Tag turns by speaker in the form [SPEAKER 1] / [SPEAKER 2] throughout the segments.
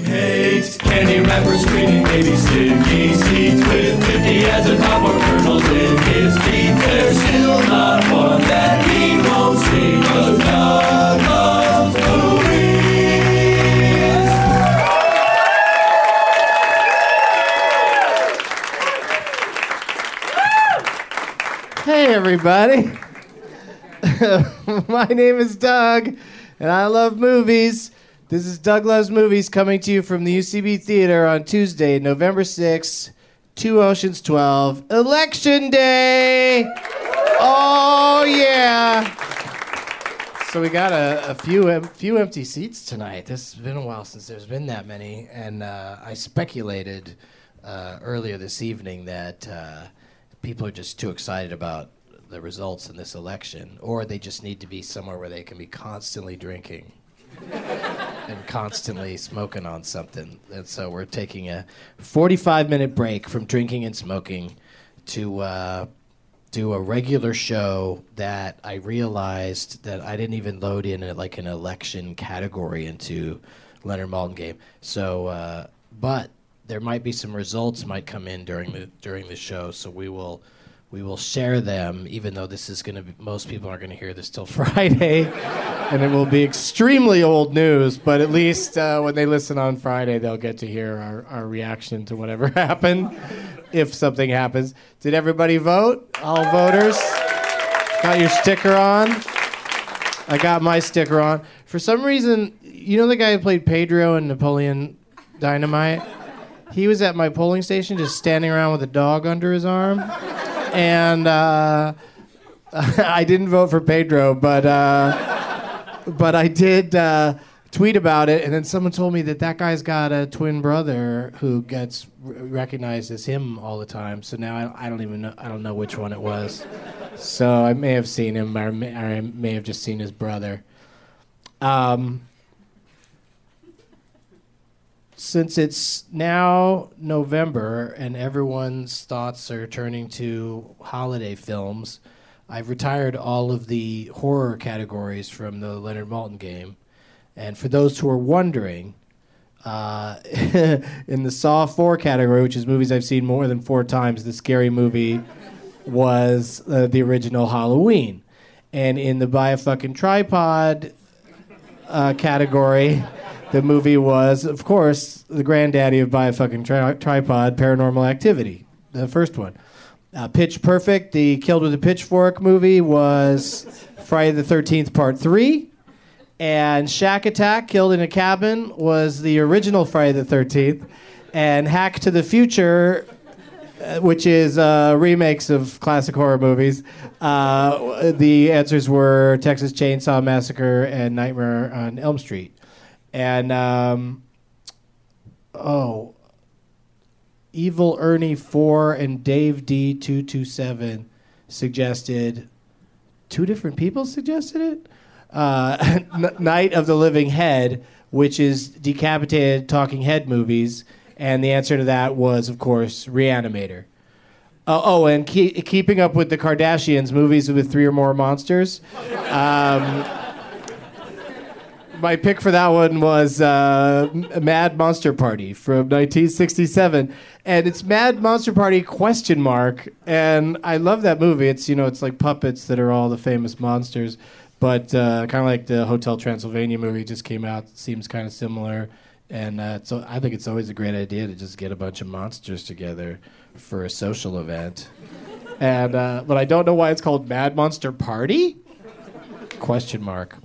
[SPEAKER 1] Hate any rapper screaming baby sticky seeds with 50 as a top of kernels in his feet. There's still not one that he won't see. Cause God loves movies.
[SPEAKER 2] Hey, everybody. My name is Doug, and I love movies. This is Doug Loves Movies coming to you from the UCB Theater on Tuesday, November 6th, 2 Oceans 12, Election Day. Oh, yeah. So we got a, a few em- few empty seats tonight. This has been a while since there's been that many, and uh, I speculated uh, earlier this evening that uh, people are just too excited about the results in this election, or they just need to be somewhere where they can be constantly drinking and constantly smoking on something. And so we're taking a 45 minute break from drinking and smoking to uh, do a regular show that I realized that I didn't even load in a, like an election category into Leonard Maltin game. So, uh, but there might be some results might come in during the during the show. So we will. We will share them, even though this is going to be, most people aren't going to hear this till Friday. and it will be extremely old news, but at least uh, when they listen on Friday, they'll get to hear our, our reaction to whatever happened, if something happens. Did everybody vote? All voters? Got your sticker on? I got my sticker on. For some reason, you know the guy who played Pedro in Napoleon Dynamite? He was at my polling station just standing around with a dog under his arm. And uh, I didn't vote for Pedro, but. Uh, but I did uh, tweet about it, and then someone told me that that guy's got a twin brother who gets r- recognized as him all the time. So now I, I don't even know, I don't know which one it was. So I may have seen him, or, may, or I may have just seen his brother. Um, since it's now November and everyone's thoughts are turning to holiday films, I've retired all of the horror categories from the Leonard Maltin game. And for those who are wondering, uh, in the Saw 4 category, which is movies I've seen more than four times, the scary movie was uh, the original Halloween. And in the Buy a Fucking Tripod uh, category, the movie was, of course, the granddaddy of Buy a Fucking tri- Tripod, Paranormal Activity, the first one. Uh, Pitch Perfect, the Killed with a Pitchfork movie, was Friday the 13th, Part 3. And Shack Attack, Killed in a Cabin, was the original Friday the 13th. And Hack to the Future, uh, which is uh, remakes of classic horror movies, uh, w- the answers were Texas Chainsaw Massacre and Nightmare on Elm Street. And, um, oh, Evil Ernie 4 and Dave D227 suggested two different people suggested it. Uh, N- Night of the Living Head, which is decapitated talking head movies, and the answer to that was, of course, Reanimator. Oh, oh and keep, keeping up with the Kardashians movies with three or more monsters. Um, my pick for that one was uh, M- Mad Monster Party from 1967, and it's Mad Monster Party question mark. And I love that movie. It's you know it's like puppets that are all the famous monsters, but uh, kind of like the Hotel Transylvania movie just came out. Seems kind of similar. And uh, so I think it's always a great idea to just get a bunch of monsters together for a social event and uh, but I don't know why it's called Mad Monster Party. Question mark.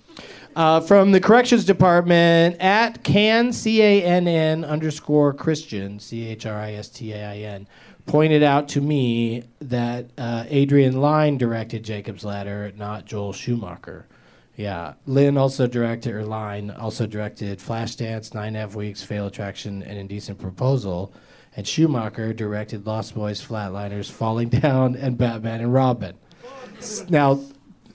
[SPEAKER 2] Uh, from the corrections department at can c a n n underscore Christian c h r i s t a i n pointed out to me that uh, Adrian Lyne directed Jacob's Ladder, not Joel Schumacher. Yeah, Lynn also directed or Lyne also directed Flashdance, Nine and a Half Weeks, Fail Attraction, and Indecent Proposal. And Schumacher directed Lost Boys, Flatliners, Falling Down, and Batman and Robin. S- Now,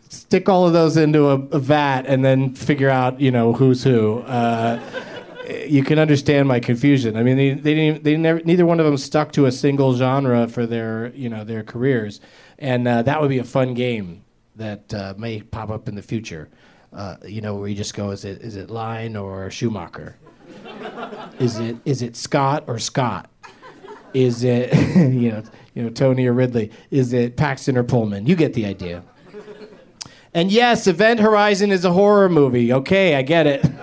[SPEAKER 2] stick all of those into a, a vat and then figure out, you know, who's who. Uh, you can understand my confusion. I mean, they, they didn't, they never, neither one of them stuck to a single genre for their, you know, their careers, and uh, that would be a fun game that uh, may pop up in the future. Uh, you know, where you just go, is it is it Line or Schumacher? is it is it Scott or Scott? Is it you know you know Tony or Ridley? Is it Paxton or Pullman? You get the idea. And yes, Event Horizon is a horror movie. Okay, I get it.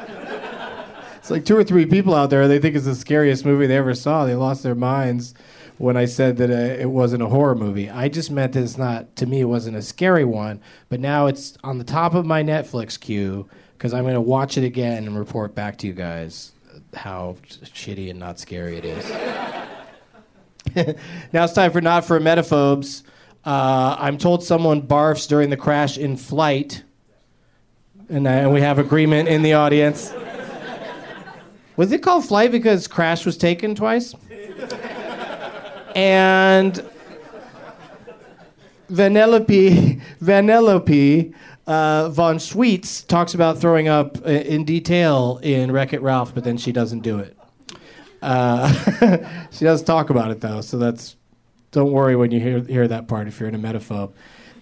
[SPEAKER 2] It's like two or three people out there. They think it's the scariest movie they ever saw. They lost their minds when I said that uh, it wasn't a horror movie. I just meant that it's not. To me, it wasn't a scary one. But now it's on the top of my Netflix queue because I'm going to watch it again and report back to you guys how shitty and not scary it is. Now it's time for Not for Emetophobes. Uh, I'm told someone barfs during the crash in flight, and, I, and we have agreement in the audience. Was it called flight because crash was taken twice? And Vanellope, Vanellope uh, von Sweets talks about throwing up i- in detail in Wreck It Ralph, but then she doesn't do it. She does talk about it though, so that's don't worry when you hear hear that part if you're in a metaphobe.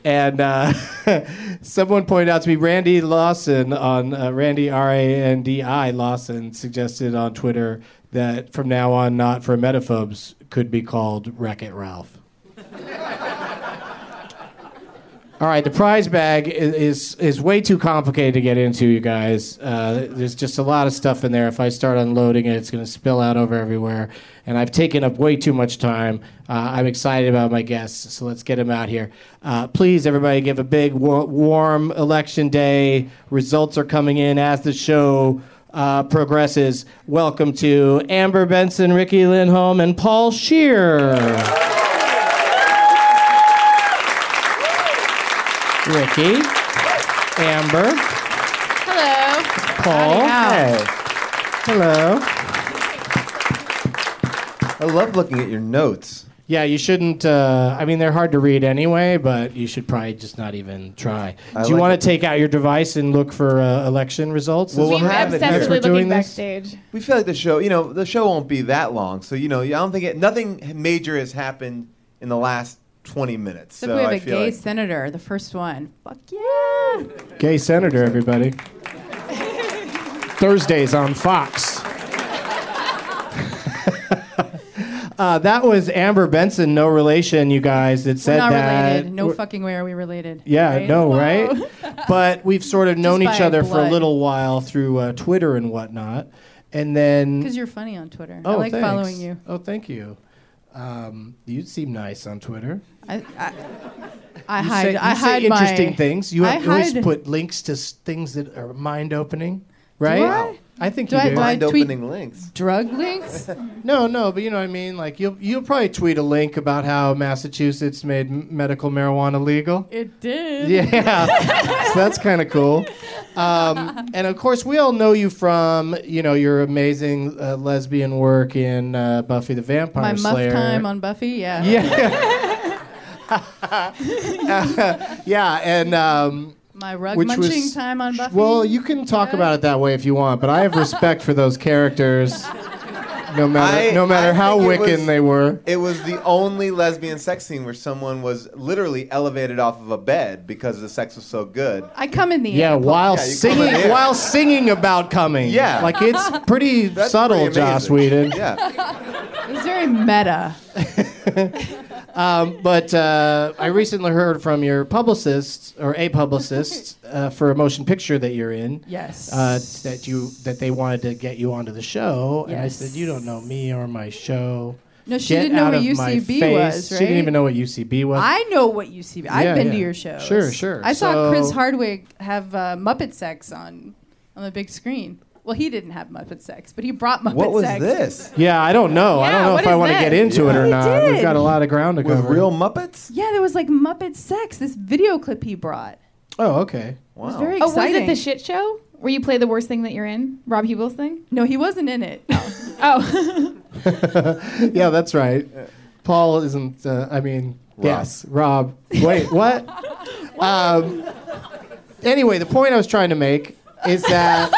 [SPEAKER 2] And uh, someone pointed out to me Randy Lawson on uh, Randy R A N D I Lawson suggested on Twitter that from now on, not for metaphobes could be called Wreck It Ralph. All right, the prize bag i- is is, is way too complicated to get into, you guys. Uh, there's just a lot of stuff in there. If I start unloading it, it's going to spill out over everywhere, and I've taken up way too much time. Uh, I'm excited about my guests, so let's get them out here. Uh, please, everybody, give a big wa- warm election day. Results are coming in as the show uh, progresses. Welcome to Amber Benson, Ricky Lindholm, and Paul Shear. Ricky, Amber,
[SPEAKER 3] Hello.
[SPEAKER 2] Paul. Hello.
[SPEAKER 4] I love looking at your notes.
[SPEAKER 2] Yeah, you shouldn't. Uh, I mean, they're hard to read anyway, but you should probably just not even try. Do you
[SPEAKER 4] like
[SPEAKER 2] want to take out your device and look for uh, election results?
[SPEAKER 4] Well,
[SPEAKER 2] Is-
[SPEAKER 4] we'll
[SPEAKER 3] I'm
[SPEAKER 4] have it here.
[SPEAKER 2] That's what
[SPEAKER 3] obsessively
[SPEAKER 2] we're doing
[SPEAKER 3] looking
[SPEAKER 2] this?
[SPEAKER 3] backstage.
[SPEAKER 4] We feel like the show, you know, the show won't be that long. So, you know, I don't think it, nothing major has happened in the last 20 minutes.
[SPEAKER 3] So
[SPEAKER 4] so
[SPEAKER 3] we have
[SPEAKER 4] I
[SPEAKER 3] a
[SPEAKER 4] feel
[SPEAKER 3] gay
[SPEAKER 4] like-
[SPEAKER 3] senator, the first one. Fuck yeah!
[SPEAKER 2] Gay senator, everybody. Thursdays on Fox. uh, that was Amber Benson, no relation, you guys, that
[SPEAKER 3] We're
[SPEAKER 2] said
[SPEAKER 3] not
[SPEAKER 2] that.
[SPEAKER 3] related. No
[SPEAKER 2] We're-
[SPEAKER 3] fucking way are we related.
[SPEAKER 2] Yeah,
[SPEAKER 3] right?
[SPEAKER 2] no,
[SPEAKER 3] Whoa.
[SPEAKER 2] right? But we've sort of known each
[SPEAKER 3] by
[SPEAKER 2] other for a
[SPEAKER 3] blood.
[SPEAKER 2] little while through uh, Twitter and whatnot. And then.
[SPEAKER 3] Because you're funny on Twitter.
[SPEAKER 2] oh,
[SPEAKER 3] I like
[SPEAKER 2] thanks.
[SPEAKER 3] following you.
[SPEAKER 2] Oh, thank you. Um, you seem nice on Twitter.
[SPEAKER 3] I, I, I
[SPEAKER 2] You
[SPEAKER 3] hide.
[SPEAKER 2] say,
[SPEAKER 3] I
[SPEAKER 2] you say
[SPEAKER 3] hide
[SPEAKER 2] interesting
[SPEAKER 3] my,
[SPEAKER 2] things. You
[SPEAKER 3] I
[SPEAKER 2] have- you always
[SPEAKER 3] hide-
[SPEAKER 2] put links to s- things that are mind opening, right?
[SPEAKER 3] I?
[SPEAKER 2] I think
[SPEAKER 3] Do
[SPEAKER 2] you
[SPEAKER 3] I-
[SPEAKER 2] do.
[SPEAKER 3] do I-
[SPEAKER 4] Mind
[SPEAKER 3] tweet-
[SPEAKER 4] opening links.
[SPEAKER 3] Drug links.
[SPEAKER 2] No, no, but you know what I mean. Like you'll you'll probably tweet a link about how Massachusetts made m- medical marijuana legal.
[SPEAKER 3] it did.
[SPEAKER 2] Yeah, so that's kind of cool. Um, and of course, we all know you from you know your amazing uh, lesbian work in uh, Buffy the Vampire
[SPEAKER 3] My muff
[SPEAKER 2] Slayer.
[SPEAKER 3] time on Buffy. Yeah.
[SPEAKER 2] yeah, yeah, and um,
[SPEAKER 3] My rug
[SPEAKER 2] which
[SPEAKER 3] munching
[SPEAKER 2] was
[SPEAKER 3] time on Buffy.
[SPEAKER 2] well, you can talk about it that way if you want, but I have respect for those characters, no matter
[SPEAKER 4] I-
[SPEAKER 2] no matter
[SPEAKER 4] I
[SPEAKER 2] how
[SPEAKER 4] think it
[SPEAKER 2] Wiccan
[SPEAKER 4] was-
[SPEAKER 2] they were.
[SPEAKER 4] It was the only lesbian sex scene where someone was literally elevated off of a bed because the sex was so good.
[SPEAKER 3] I come in the
[SPEAKER 2] Yeah,
[SPEAKER 3] air.
[SPEAKER 2] while
[SPEAKER 4] Yeah, you come in
[SPEAKER 2] singing
[SPEAKER 4] here.
[SPEAKER 2] while singing about coming.
[SPEAKER 4] Yeah.
[SPEAKER 2] like it's pretty
[SPEAKER 4] That's
[SPEAKER 2] subtle,
[SPEAKER 4] pretty amazing.
[SPEAKER 2] Joss Whedon.
[SPEAKER 4] Yeah.
[SPEAKER 3] It was very meta.
[SPEAKER 2] But uh, I recently heard from your publicist or a publicist uh, for a motion picture that you're in.
[SPEAKER 3] Yes.
[SPEAKER 2] Uh, that you that they wanted to get you onto the show, and I said
[SPEAKER 3] Yes.
[SPEAKER 2] you don't know me or my show.
[SPEAKER 3] No, she
[SPEAKER 2] Get
[SPEAKER 3] didn't know
[SPEAKER 2] out
[SPEAKER 3] what
[SPEAKER 2] of my
[SPEAKER 3] UCB
[SPEAKER 2] face."
[SPEAKER 3] was,
[SPEAKER 2] She didn't
[SPEAKER 3] right?
[SPEAKER 2] even know what UCB was.
[SPEAKER 3] I know what UCB. I've
[SPEAKER 2] Yeah,
[SPEAKER 3] been to
[SPEAKER 2] yeah.
[SPEAKER 3] your shows.
[SPEAKER 2] Sure, sure.
[SPEAKER 3] I saw
[SPEAKER 2] So-
[SPEAKER 3] Chris Hardwick have uh, Muppet sex on on the big screen. Well, he didn't have Muppet sex, but he brought Muppet
[SPEAKER 4] What was
[SPEAKER 3] sex.
[SPEAKER 4] this?
[SPEAKER 2] yeah, I don't know. I
[SPEAKER 3] Yeah,
[SPEAKER 2] don't know
[SPEAKER 3] what
[SPEAKER 2] if I
[SPEAKER 3] is
[SPEAKER 2] want to get
[SPEAKER 3] this?
[SPEAKER 2] into it or
[SPEAKER 3] He
[SPEAKER 2] not. We've
[SPEAKER 3] did.
[SPEAKER 2] got a lot of ground to
[SPEAKER 4] With
[SPEAKER 2] cover.
[SPEAKER 4] real Muppets?
[SPEAKER 3] Yeah, there was like Muppet sex. This video clip he brought.
[SPEAKER 2] oh, okay.
[SPEAKER 4] Wow.
[SPEAKER 3] Very
[SPEAKER 5] Oh, was
[SPEAKER 3] exciting.
[SPEAKER 5] it the shit show where you play the worst thing that you're in? Rob Hubel's thing?
[SPEAKER 3] no, he wasn't in it.
[SPEAKER 5] Oh,
[SPEAKER 2] Yeah, that's right. Paul isn't. Uh, I mean, yes, Rob. Wait, what? um, anyway, the point I was trying to make is that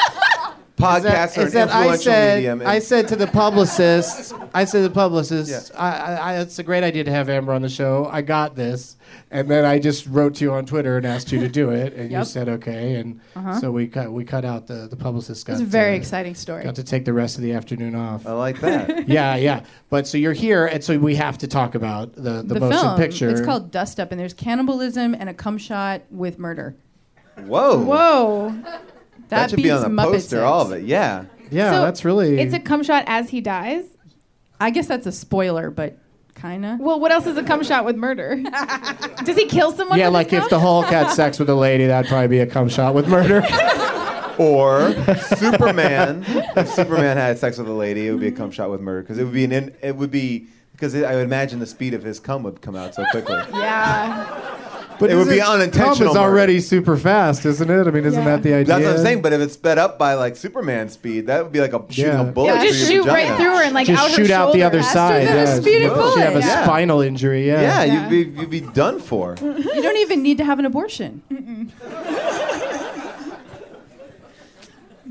[SPEAKER 4] Podcasts
[SPEAKER 2] that,
[SPEAKER 4] are an
[SPEAKER 2] is that I
[SPEAKER 4] influential
[SPEAKER 2] said
[SPEAKER 4] medium. and-
[SPEAKER 2] I said to the publicist, I said to the publicist,
[SPEAKER 4] Yeah.
[SPEAKER 2] I, I, I, it's a great idea to have Amber on the show. I got this, and then I just wrote to you on Twitter and asked you to do it, and you
[SPEAKER 3] Yep. Uh-huh.
[SPEAKER 2] said okay, and so we cut we cut out the the publicist. Got
[SPEAKER 3] It's a very
[SPEAKER 2] to,
[SPEAKER 3] exciting story.
[SPEAKER 2] Got to take the rest of the afternoon off.
[SPEAKER 4] I like that.
[SPEAKER 2] yeah, yeah. But so you're here, and so we have to talk about the the, motion
[SPEAKER 3] film.
[SPEAKER 2] picture.
[SPEAKER 3] It's called Dust Up, and there's cannibalism and a cum shot with murder.
[SPEAKER 4] Whoa.
[SPEAKER 5] whoa.
[SPEAKER 3] That,
[SPEAKER 4] That should
[SPEAKER 3] beats
[SPEAKER 4] be on the
[SPEAKER 3] Muppet
[SPEAKER 4] poster,
[SPEAKER 3] sex.
[SPEAKER 4] all of it. Yeah.
[SPEAKER 2] Yeah,
[SPEAKER 5] So
[SPEAKER 2] that's really.
[SPEAKER 5] It's a cum shot as he dies.
[SPEAKER 3] I guess that's a spoiler, but kinda.
[SPEAKER 5] Well, what else is a cum shot with murder? Does he kill someone?
[SPEAKER 2] yeah,
[SPEAKER 5] with
[SPEAKER 2] like
[SPEAKER 5] his
[SPEAKER 2] if the
[SPEAKER 5] cum?
[SPEAKER 2] Hulk had sex with a lady, that'd probably be a cum shot with murder.
[SPEAKER 4] Or Superman. if Superman had sex with a lady, it would be a cum shot with murder because it would be an in, it would be because I would imagine the speed of his cum would come out so quickly.
[SPEAKER 5] Yeah.
[SPEAKER 2] But
[SPEAKER 4] It would
[SPEAKER 2] isn't-
[SPEAKER 4] be unintentional
[SPEAKER 2] Cum is
[SPEAKER 4] murder.
[SPEAKER 2] already super fast, isn't it? I mean, isn't
[SPEAKER 5] Yeah.
[SPEAKER 2] that the idea?
[SPEAKER 4] That's what I'm saying. But if it's sped up by like Superman speed, that would be like a shooting
[SPEAKER 2] Yeah.
[SPEAKER 4] a bullet.
[SPEAKER 5] Yeah, just
[SPEAKER 4] through your
[SPEAKER 5] shoot right
[SPEAKER 4] vagina.
[SPEAKER 5] through her and like
[SPEAKER 2] Just
[SPEAKER 5] out
[SPEAKER 2] shoot
[SPEAKER 5] her
[SPEAKER 2] out the
[SPEAKER 5] shoulder.
[SPEAKER 2] other side.
[SPEAKER 3] than a
[SPEAKER 2] yeah.
[SPEAKER 3] speeding
[SPEAKER 2] She'd have a
[SPEAKER 4] bullet. Yeah.
[SPEAKER 2] spinal injury. Yeah.
[SPEAKER 4] Yeah,
[SPEAKER 5] Yeah.
[SPEAKER 4] you'd be you'd be done for.
[SPEAKER 3] You don't even need to have an abortion.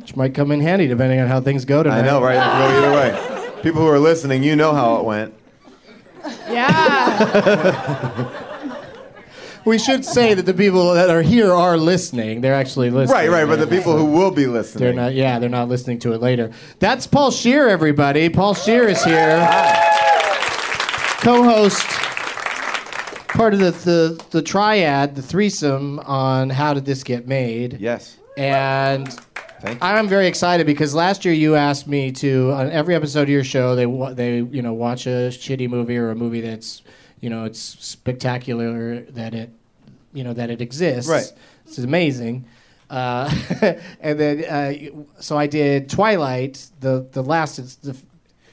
[SPEAKER 2] which might come in handy depending on how things go tonight.
[SPEAKER 4] I know, right? It could go either way. People who are listening, you know how it went.
[SPEAKER 5] Yeah.
[SPEAKER 2] We should say that the people that are here are listening. They're actually listening.
[SPEAKER 4] Right, right. But the people who will be listening,
[SPEAKER 2] They're not. Yeah, they're not listening to it later. That's Paul Shear, everybody. Paul Shear is here, co-host, part of the the, the triad, the threesome on how did this get made?
[SPEAKER 4] Yes.
[SPEAKER 2] And
[SPEAKER 4] Thank you.
[SPEAKER 2] I'm very excited because last year you asked me to on every episode of your show they wa- they you know watch a shitty movie or a movie that's you know it's spectacular that it you know that it exists.
[SPEAKER 4] Right.
[SPEAKER 2] This is amazing. Uh, and then uh, you- so I did Twilight the the last it's the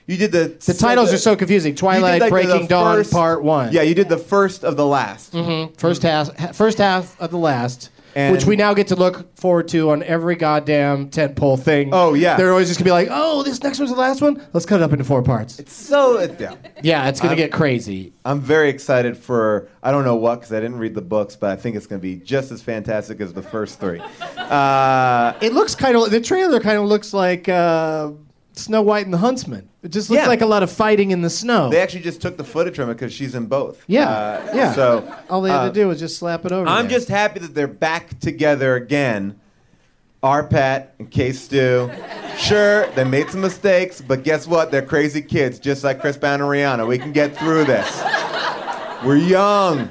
[SPEAKER 4] You did the
[SPEAKER 2] the titles are so confusing.
[SPEAKER 4] You did,
[SPEAKER 2] Twilight
[SPEAKER 4] like, the
[SPEAKER 2] Breaking Dawn
[SPEAKER 4] first-
[SPEAKER 2] Part One. Mm-hmm.
[SPEAKER 4] Yeah, you did the first of the last.
[SPEAKER 2] First half, ha- first half of the last,
[SPEAKER 4] Mm. And-
[SPEAKER 2] Which we now get to look forward to on every goddamn tentpole thing.
[SPEAKER 4] Oh, yeah.
[SPEAKER 2] They're always just gonna be like, oh, this next one's the last one. Let's cut it up into four parts.
[SPEAKER 4] So uh, yeah,
[SPEAKER 2] yeah, it's gonna get crazy.
[SPEAKER 4] I'm very excited for I don't know what because I didn't read the books, but I think it's going to be just as fantastic as the first three. Uh,
[SPEAKER 2] It looks kind of the trailer kind of looks like uh, Snow White and the Huntsman. It just looks
[SPEAKER 4] Yeah.
[SPEAKER 2] like a lot of fighting in the snow.
[SPEAKER 4] they actually just took the footage from it because she's in both.
[SPEAKER 2] yeah,
[SPEAKER 4] Uh,
[SPEAKER 2] yeah.
[SPEAKER 4] So
[SPEAKER 2] all they had
[SPEAKER 4] uh,
[SPEAKER 2] to do was just slap it over.
[SPEAKER 4] I'm
[SPEAKER 2] there.
[SPEAKER 4] just happy that they're back together again. Our Pat and K Stu. Sure, they made some mistakes, but guess what? They're crazy kids, just like Chris Brown and Rihanna. We can get through this. We're young.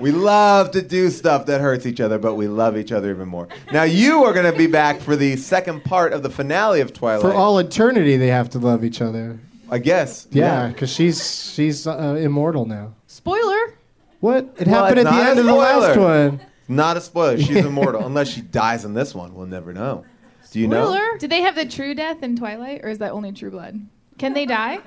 [SPEAKER 4] We love to do stuff that hurts each other, but we love each other even more. Now you are going to be back for the second part of the finale of Twilight.
[SPEAKER 2] for all eternity they have to love each other.
[SPEAKER 4] I guess.
[SPEAKER 2] Yeah, because she's she's uh, immortal now.
[SPEAKER 3] Spoiler.
[SPEAKER 2] What? It
[SPEAKER 4] Well,
[SPEAKER 2] happened at
[SPEAKER 4] it's
[SPEAKER 2] the
[SPEAKER 4] not
[SPEAKER 2] end
[SPEAKER 4] a
[SPEAKER 2] of the last
[SPEAKER 4] spoiler.
[SPEAKER 2] one.
[SPEAKER 4] Not a spoiler. She's immortal, unless she dies in this one. We'll never know. Do you know?
[SPEAKER 3] Spoiler.
[SPEAKER 5] Did they have the true death in Twilight, or is that only True Blood? Can they die?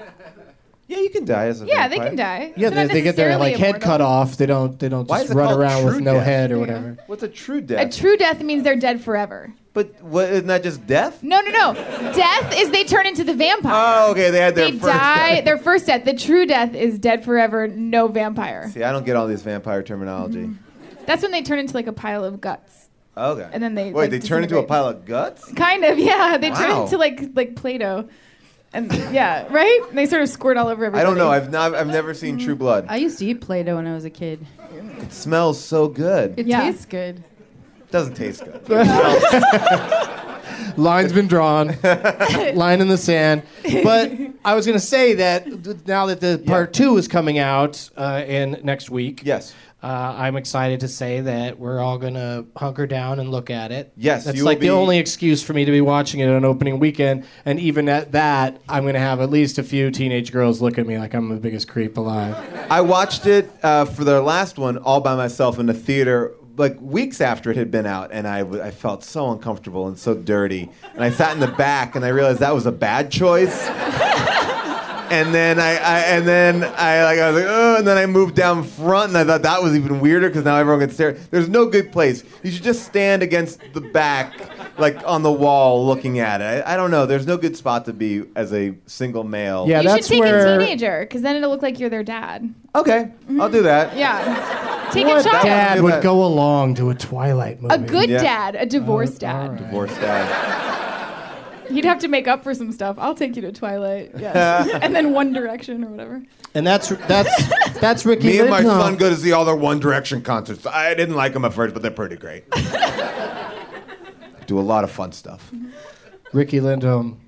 [SPEAKER 4] Yeah, you can die as a
[SPEAKER 5] Yeah, they
[SPEAKER 4] vampire.
[SPEAKER 5] can die.
[SPEAKER 2] Yeah,
[SPEAKER 5] They're
[SPEAKER 2] they,
[SPEAKER 5] not
[SPEAKER 2] they get their
[SPEAKER 5] necessarily
[SPEAKER 2] like head
[SPEAKER 5] immortal.
[SPEAKER 2] cut off. They don't they don't
[SPEAKER 4] Why
[SPEAKER 2] just
[SPEAKER 4] is it
[SPEAKER 2] run
[SPEAKER 4] called
[SPEAKER 2] around with
[SPEAKER 4] true
[SPEAKER 2] no
[SPEAKER 4] death?
[SPEAKER 2] head or
[SPEAKER 5] Yeah.
[SPEAKER 2] whatever.
[SPEAKER 4] What's a true
[SPEAKER 5] A
[SPEAKER 4] death?
[SPEAKER 5] true death means they're dead forever.
[SPEAKER 4] but what, isn't that just death?
[SPEAKER 5] No, no, no. death is they turn into the vampire.
[SPEAKER 4] Oh, okay. They had their
[SPEAKER 5] they
[SPEAKER 4] first
[SPEAKER 5] die.
[SPEAKER 4] death.
[SPEAKER 5] Their first death. The true death is dead forever. No vampire.
[SPEAKER 4] See, I don't get all this vampire terminology.
[SPEAKER 3] Mm-hmm.
[SPEAKER 5] That's when they turn into like a pile of guts.
[SPEAKER 4] Okay.
[SPEAKER 5] And then they,
[SPEAKER 4] wait.
[SPEAKER 5] like,
[SPEAKER 4] they turn into a
[SPEAKER 5] disintegrate.
[SPEAKER 4] pile of guts.
[SPEAKER 5] Kind of, yeah. They turn
[SPEAKER 4] Wow.
[SPEAKER 5] into like like Play-Doh, and yeah, right. And they sort of squirt all over everybody.
[SPEAKER 4] I don't know. I've not. I've never seen True Blood.
[SPEAKER 3] Mm-hmm. I used to eat Play-Doh when I was a kid.
[SPEAKER 4] it smells so good. It
[SPEAKER 3] It
[SPEAKER 5] Yeah.
[SPEAKER 3] tastes good.
[SPEAKER 4] doesn't taste good.
[SPEAKER 2] Line's been drawn, line in the sand. But I was gonna say that th- now that the part two is coming out uh, in next week.
[SPEAKER 4] yes.
[SPEAKER 2] Uh, I'm excited to say that we're all gonna hunker down and look at it.
[SPEAKER 4] Yes,
[SPEAKER 2] that's
[SPEAKER 4] you will
[SPEAKER 2] like
[SPEAKER 4] be-
[SPEAKER 2] the only excuse for me to be watching it on opening weekend, and even at that, I'm gonna have at least a few teenage girls look at me like I'm the biggest creep alive.
[SPEAKER 4] I watched it uh, for their last one all by myself in the theater, like weeks after it had been out, and I, w- I felt so uncomfortable and so dirty. And I sat in the back, and I realized that was a bad choice. And then I, I and then I like I was like oh and then I moved down front and I thought that was even weirder because now everyone can stare. There's no good place. You should just stand against the back, like on the wall, looking at it. I, I don't know. There's no good spot to be as a single male.
[SPEAKER 2] Yeah,
[SPEAKER 5] You
[SPEAKER 2] that's
[SPEAKER 5] should take
[SPEAKER 2] where
[SPEAKER 5] a teenager, because then it'll look like you're their dad.
[SPEAKER 4] Okay, I'll do that.
[SPEAKER 5] Yeah, take a
[SPEAKER 4] That
[SPEAKER 5] child.
[SPEAKER 2] dad
[SPEAKER 4] do
[SPEAKER 2] would
[SPEAKER 4] that.
[SPEAKER 2] go along to a Twilight movie.
[SPEAKER 5] A good
[SPEAKER 4] Yeah.
[SPEAKER 5] dad, a divorced
[SPEAKER 2] Oh,
[SPEAKER 5] dad.
[SPEAKER 4] Divorced dad.
[SPEAKER 5] He'd have to make up for some stuff. I'll take you to Twilight, yes, and then One Direction or whatever.
[SPEAKER 2] and that's that's that's Ricky.
[SPEAKER 4] Me and my
[SPEAKER 2] Lindholm.
[SPEAKER 4] son go to see all their One Direction concerts. I didn't like them at first, but they're pretty great. Do a lot of fun stuff.
[SPEAKER 2] Ricky Lindholm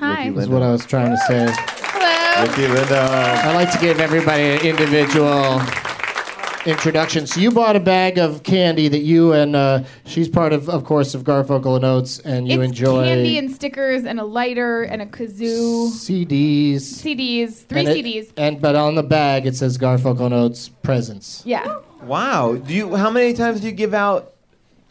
[SPEAKER 5] Hi.
[SPEAKER 4] Ricky
[SPEAKER 2] is what I
[SPEAKER 4] Lindholm.
[SPEAKER 2] was trying to say.
[SPEAKER 5] Hello.
[SPEAKER 4] Ricky Lindholm.
[SPEAKER 2] I like to give everybody an individual introduction. So you bought a bag of candy that you and uh, she's part of, of course, of Garfunkel and Oates, and you
[SPEAKER 5] it's
[SPEAKER 2] enjoy
[SPEAKER 5] candy and stickers and a lighter and a kazoo,
[SPEAKER 2] CDs.
[SPEAKER 5] CDs, three
[SPEAKER 2] and it-
[SPEAKER 5] CDs.
[SPEAKER 2] and but on the bag it says Garfunkel and Oates presents.
[SPEAKER 5] Yeah.
[SPEAKER 4] Wow. Do you? How many times do you give out?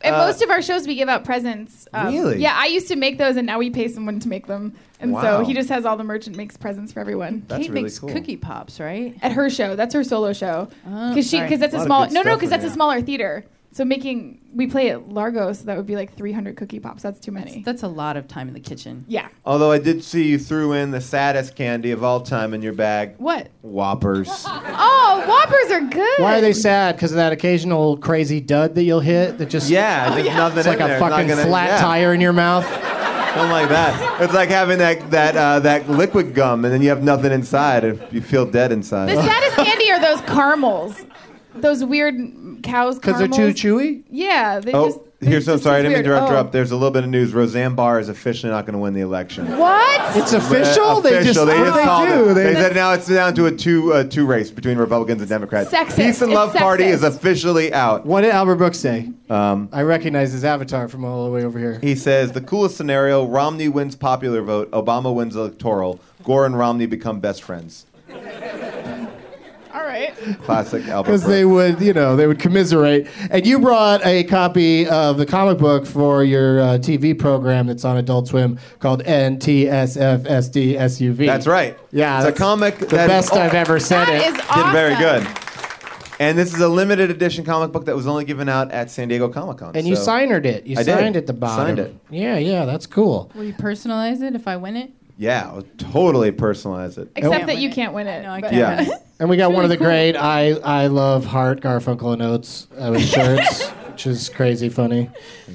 [SPEAKER 5] At
[SPEAKER 4] Uh,
[SPEAKER 5] most of our shows, we give out presents. Um,
[SPEAKER 4] Really?
[SPEAKER 5] Yeah, I used to make those, and now we pay someone to make them. And
[SPEAKER 4] Wow.
[SPEAKER 5] so he just has all the merch and makes presents for everyone.
[SPEAKER 4] That's
[SPEAKER 3] Kate
[SPEAKER 4] really
[SPEAKER 3] makes
[SPEAKER 4] cool.
[SPEAKER 3] cookie pops, right?
[SPEAKER 5] At her show, that's her solo show,
[SPEAKER 3] Oh,
[SPEAKER 5] because she
[SPEAKER 3] sorry.
[SPEAKER 5] because that's a,
[SPEAKER 4] Lot of
[SPEAKER 5] small
[SPEAKER 4] good
[SPEAKER 5] no no
[SPEAKER 4] stuff
[SPEAKER 5] because
[SPEAKER 4] in
[SPEAKER 5] that's a
[SPEAKER 4] there.
[SPEAKER 5] smaller theater. So making we play at Largo, so that would be like 300 cookie pops. That's too many.
[SPEAKER 3] That's a lot of time in the kitchen.
[SPEAKER 5] yeah.
[SPEAKER 4] Although I did see you threw in the saddest candy of all time in your bag.
[SPEAKER 5] What?
[SPEAKER 4] Whoppers.
[SPEAKER 5] Oh, Whoppers are good.
[SPEAKER 2] Why are they sad? Because of that occasional crazy dud that you'll hit that just
[SPEAKER 4] Yeah,
[SPEAKER 5] Oh,
[SPEAKER 4] there's nothing
[SPEAKER 2] it's like
[SPEAKER 4] in there.
[SPEAKER 2] a
[SPEAKER 4] It's not
[SPEAKER 2] fucking
[SPEAKER 4] gonna-
[SPEAKER 2] flat
[SPEAKER 4] yeah.
[SPEAKER 2] tire in your mouth.
[SPEAKER 4] Something like that. It's like having that that uh, that liquid gum, and then you have nothing inside, and you feel dead inside.
[SPEAKER 5] The saddest candy are those caramels, those weird cows.
[SPEAKER 2] Because
[SPEAKER 5] Because
[SPEAKER 2] they're too chewy.
[SPEAKER 5] Yeah. They
[SPEAKER 4] Oh,
[SPEAKER 5] just,
[SPEAKER 4] here's I'm
[SPEAKER 5] just
[SPEAKER 4] sorry, I
[SPEAKER 5] seems
[SPEAKER 4] didn't mean to
[SPEAKER 5] weird.
[SPEAKER 4] interrupt
[SPEAKER 5] Oh.
[SPEAKER 4] her up. There's a little bit of news. Roseanne Barr is officially not going to win the election.
[SPEAKER 5] What?
[SPEAKER 2] It's official. they just,
[SPEAKER 4] Official.
[SPEAKER 2] what do
[SPEAKER 4] called
[SPEAKER 2] they do?
[SPEAKER 4] it. They, said now it's down to a two uh, two race between Republicans and Democrats.
[SPEAKER 5] Sexist.
[SPEAKER 4] Peace and
[SPEAKER 5] It's
[SPEAKER 4] Love Party is
[SPEAKER 5] sexist.
[SPEAKER 4] officially out.
[SPEAKER 2] What did Albert Brooks say?
[SPEAKER 4] Um,
[SPEAKER 2] I recognize his avatar from all the way over here.
[SPEAKER 4] He says the coolest scenario: Romney wins popular vote, Obama wins electoral, Gore and Romney become best friends.
[SPEAKER 5] All right.
[SPEAKER 4] Classic Albert.
[SPEAKER 2] Because they
[SPEAKER 4] Brooks.
[SPEAKER 2] would, you know, they would commiserate. And you brought a copy of the comic book for your uh, TV program that's on Adult Swim called NTSFSDSUV.
[SPEAKER 4] That's right.
[SPEAKER 2] Yeah,
[SPEAKER 4] It's a
[SPEAKER 2] that's
[SPEAKER 4] comic.
[SPEAKER 2] The best I've ever said
[SPEAKER 5] That
[SPEAKER 2] it.
[SPEAKER 5] is awesome.
[SPEAKER 4] Did very good. And this is a limited edition comic book that was only given out at San Diego Comic Con.
[SPEAKER 2] And you signered it. You
[SPEAKER 4] I did.
[SPEAKER 2] signed at the bottom.
[SPEAKER 4] Signed it.
[SPEAKER 2] Yeah, yeah, that's cool.
[SPEAKER 3] Will you personalize it if I win it?
[SPEAKER 4] Yeah, I'll totally personalize it.
[SPEAKER 5] Except
[SPEAKER 3] Can't
[SPEAKER 5] that
[SPEAKER 3] win
[SPEAKER 5] you
[SPEAKER 3] it.
[SPEAKER 5] can't win it.
[SPEAKER 3] No, I
[SPEAKER 5] but-
[SPEAKER 3] can't.
[SPEAKER 4] Yeah.
[SPEAKER 2] And we got one of the great I I love Hart, Garfunkel, and Oates uh, with shirts, which is crazy funny.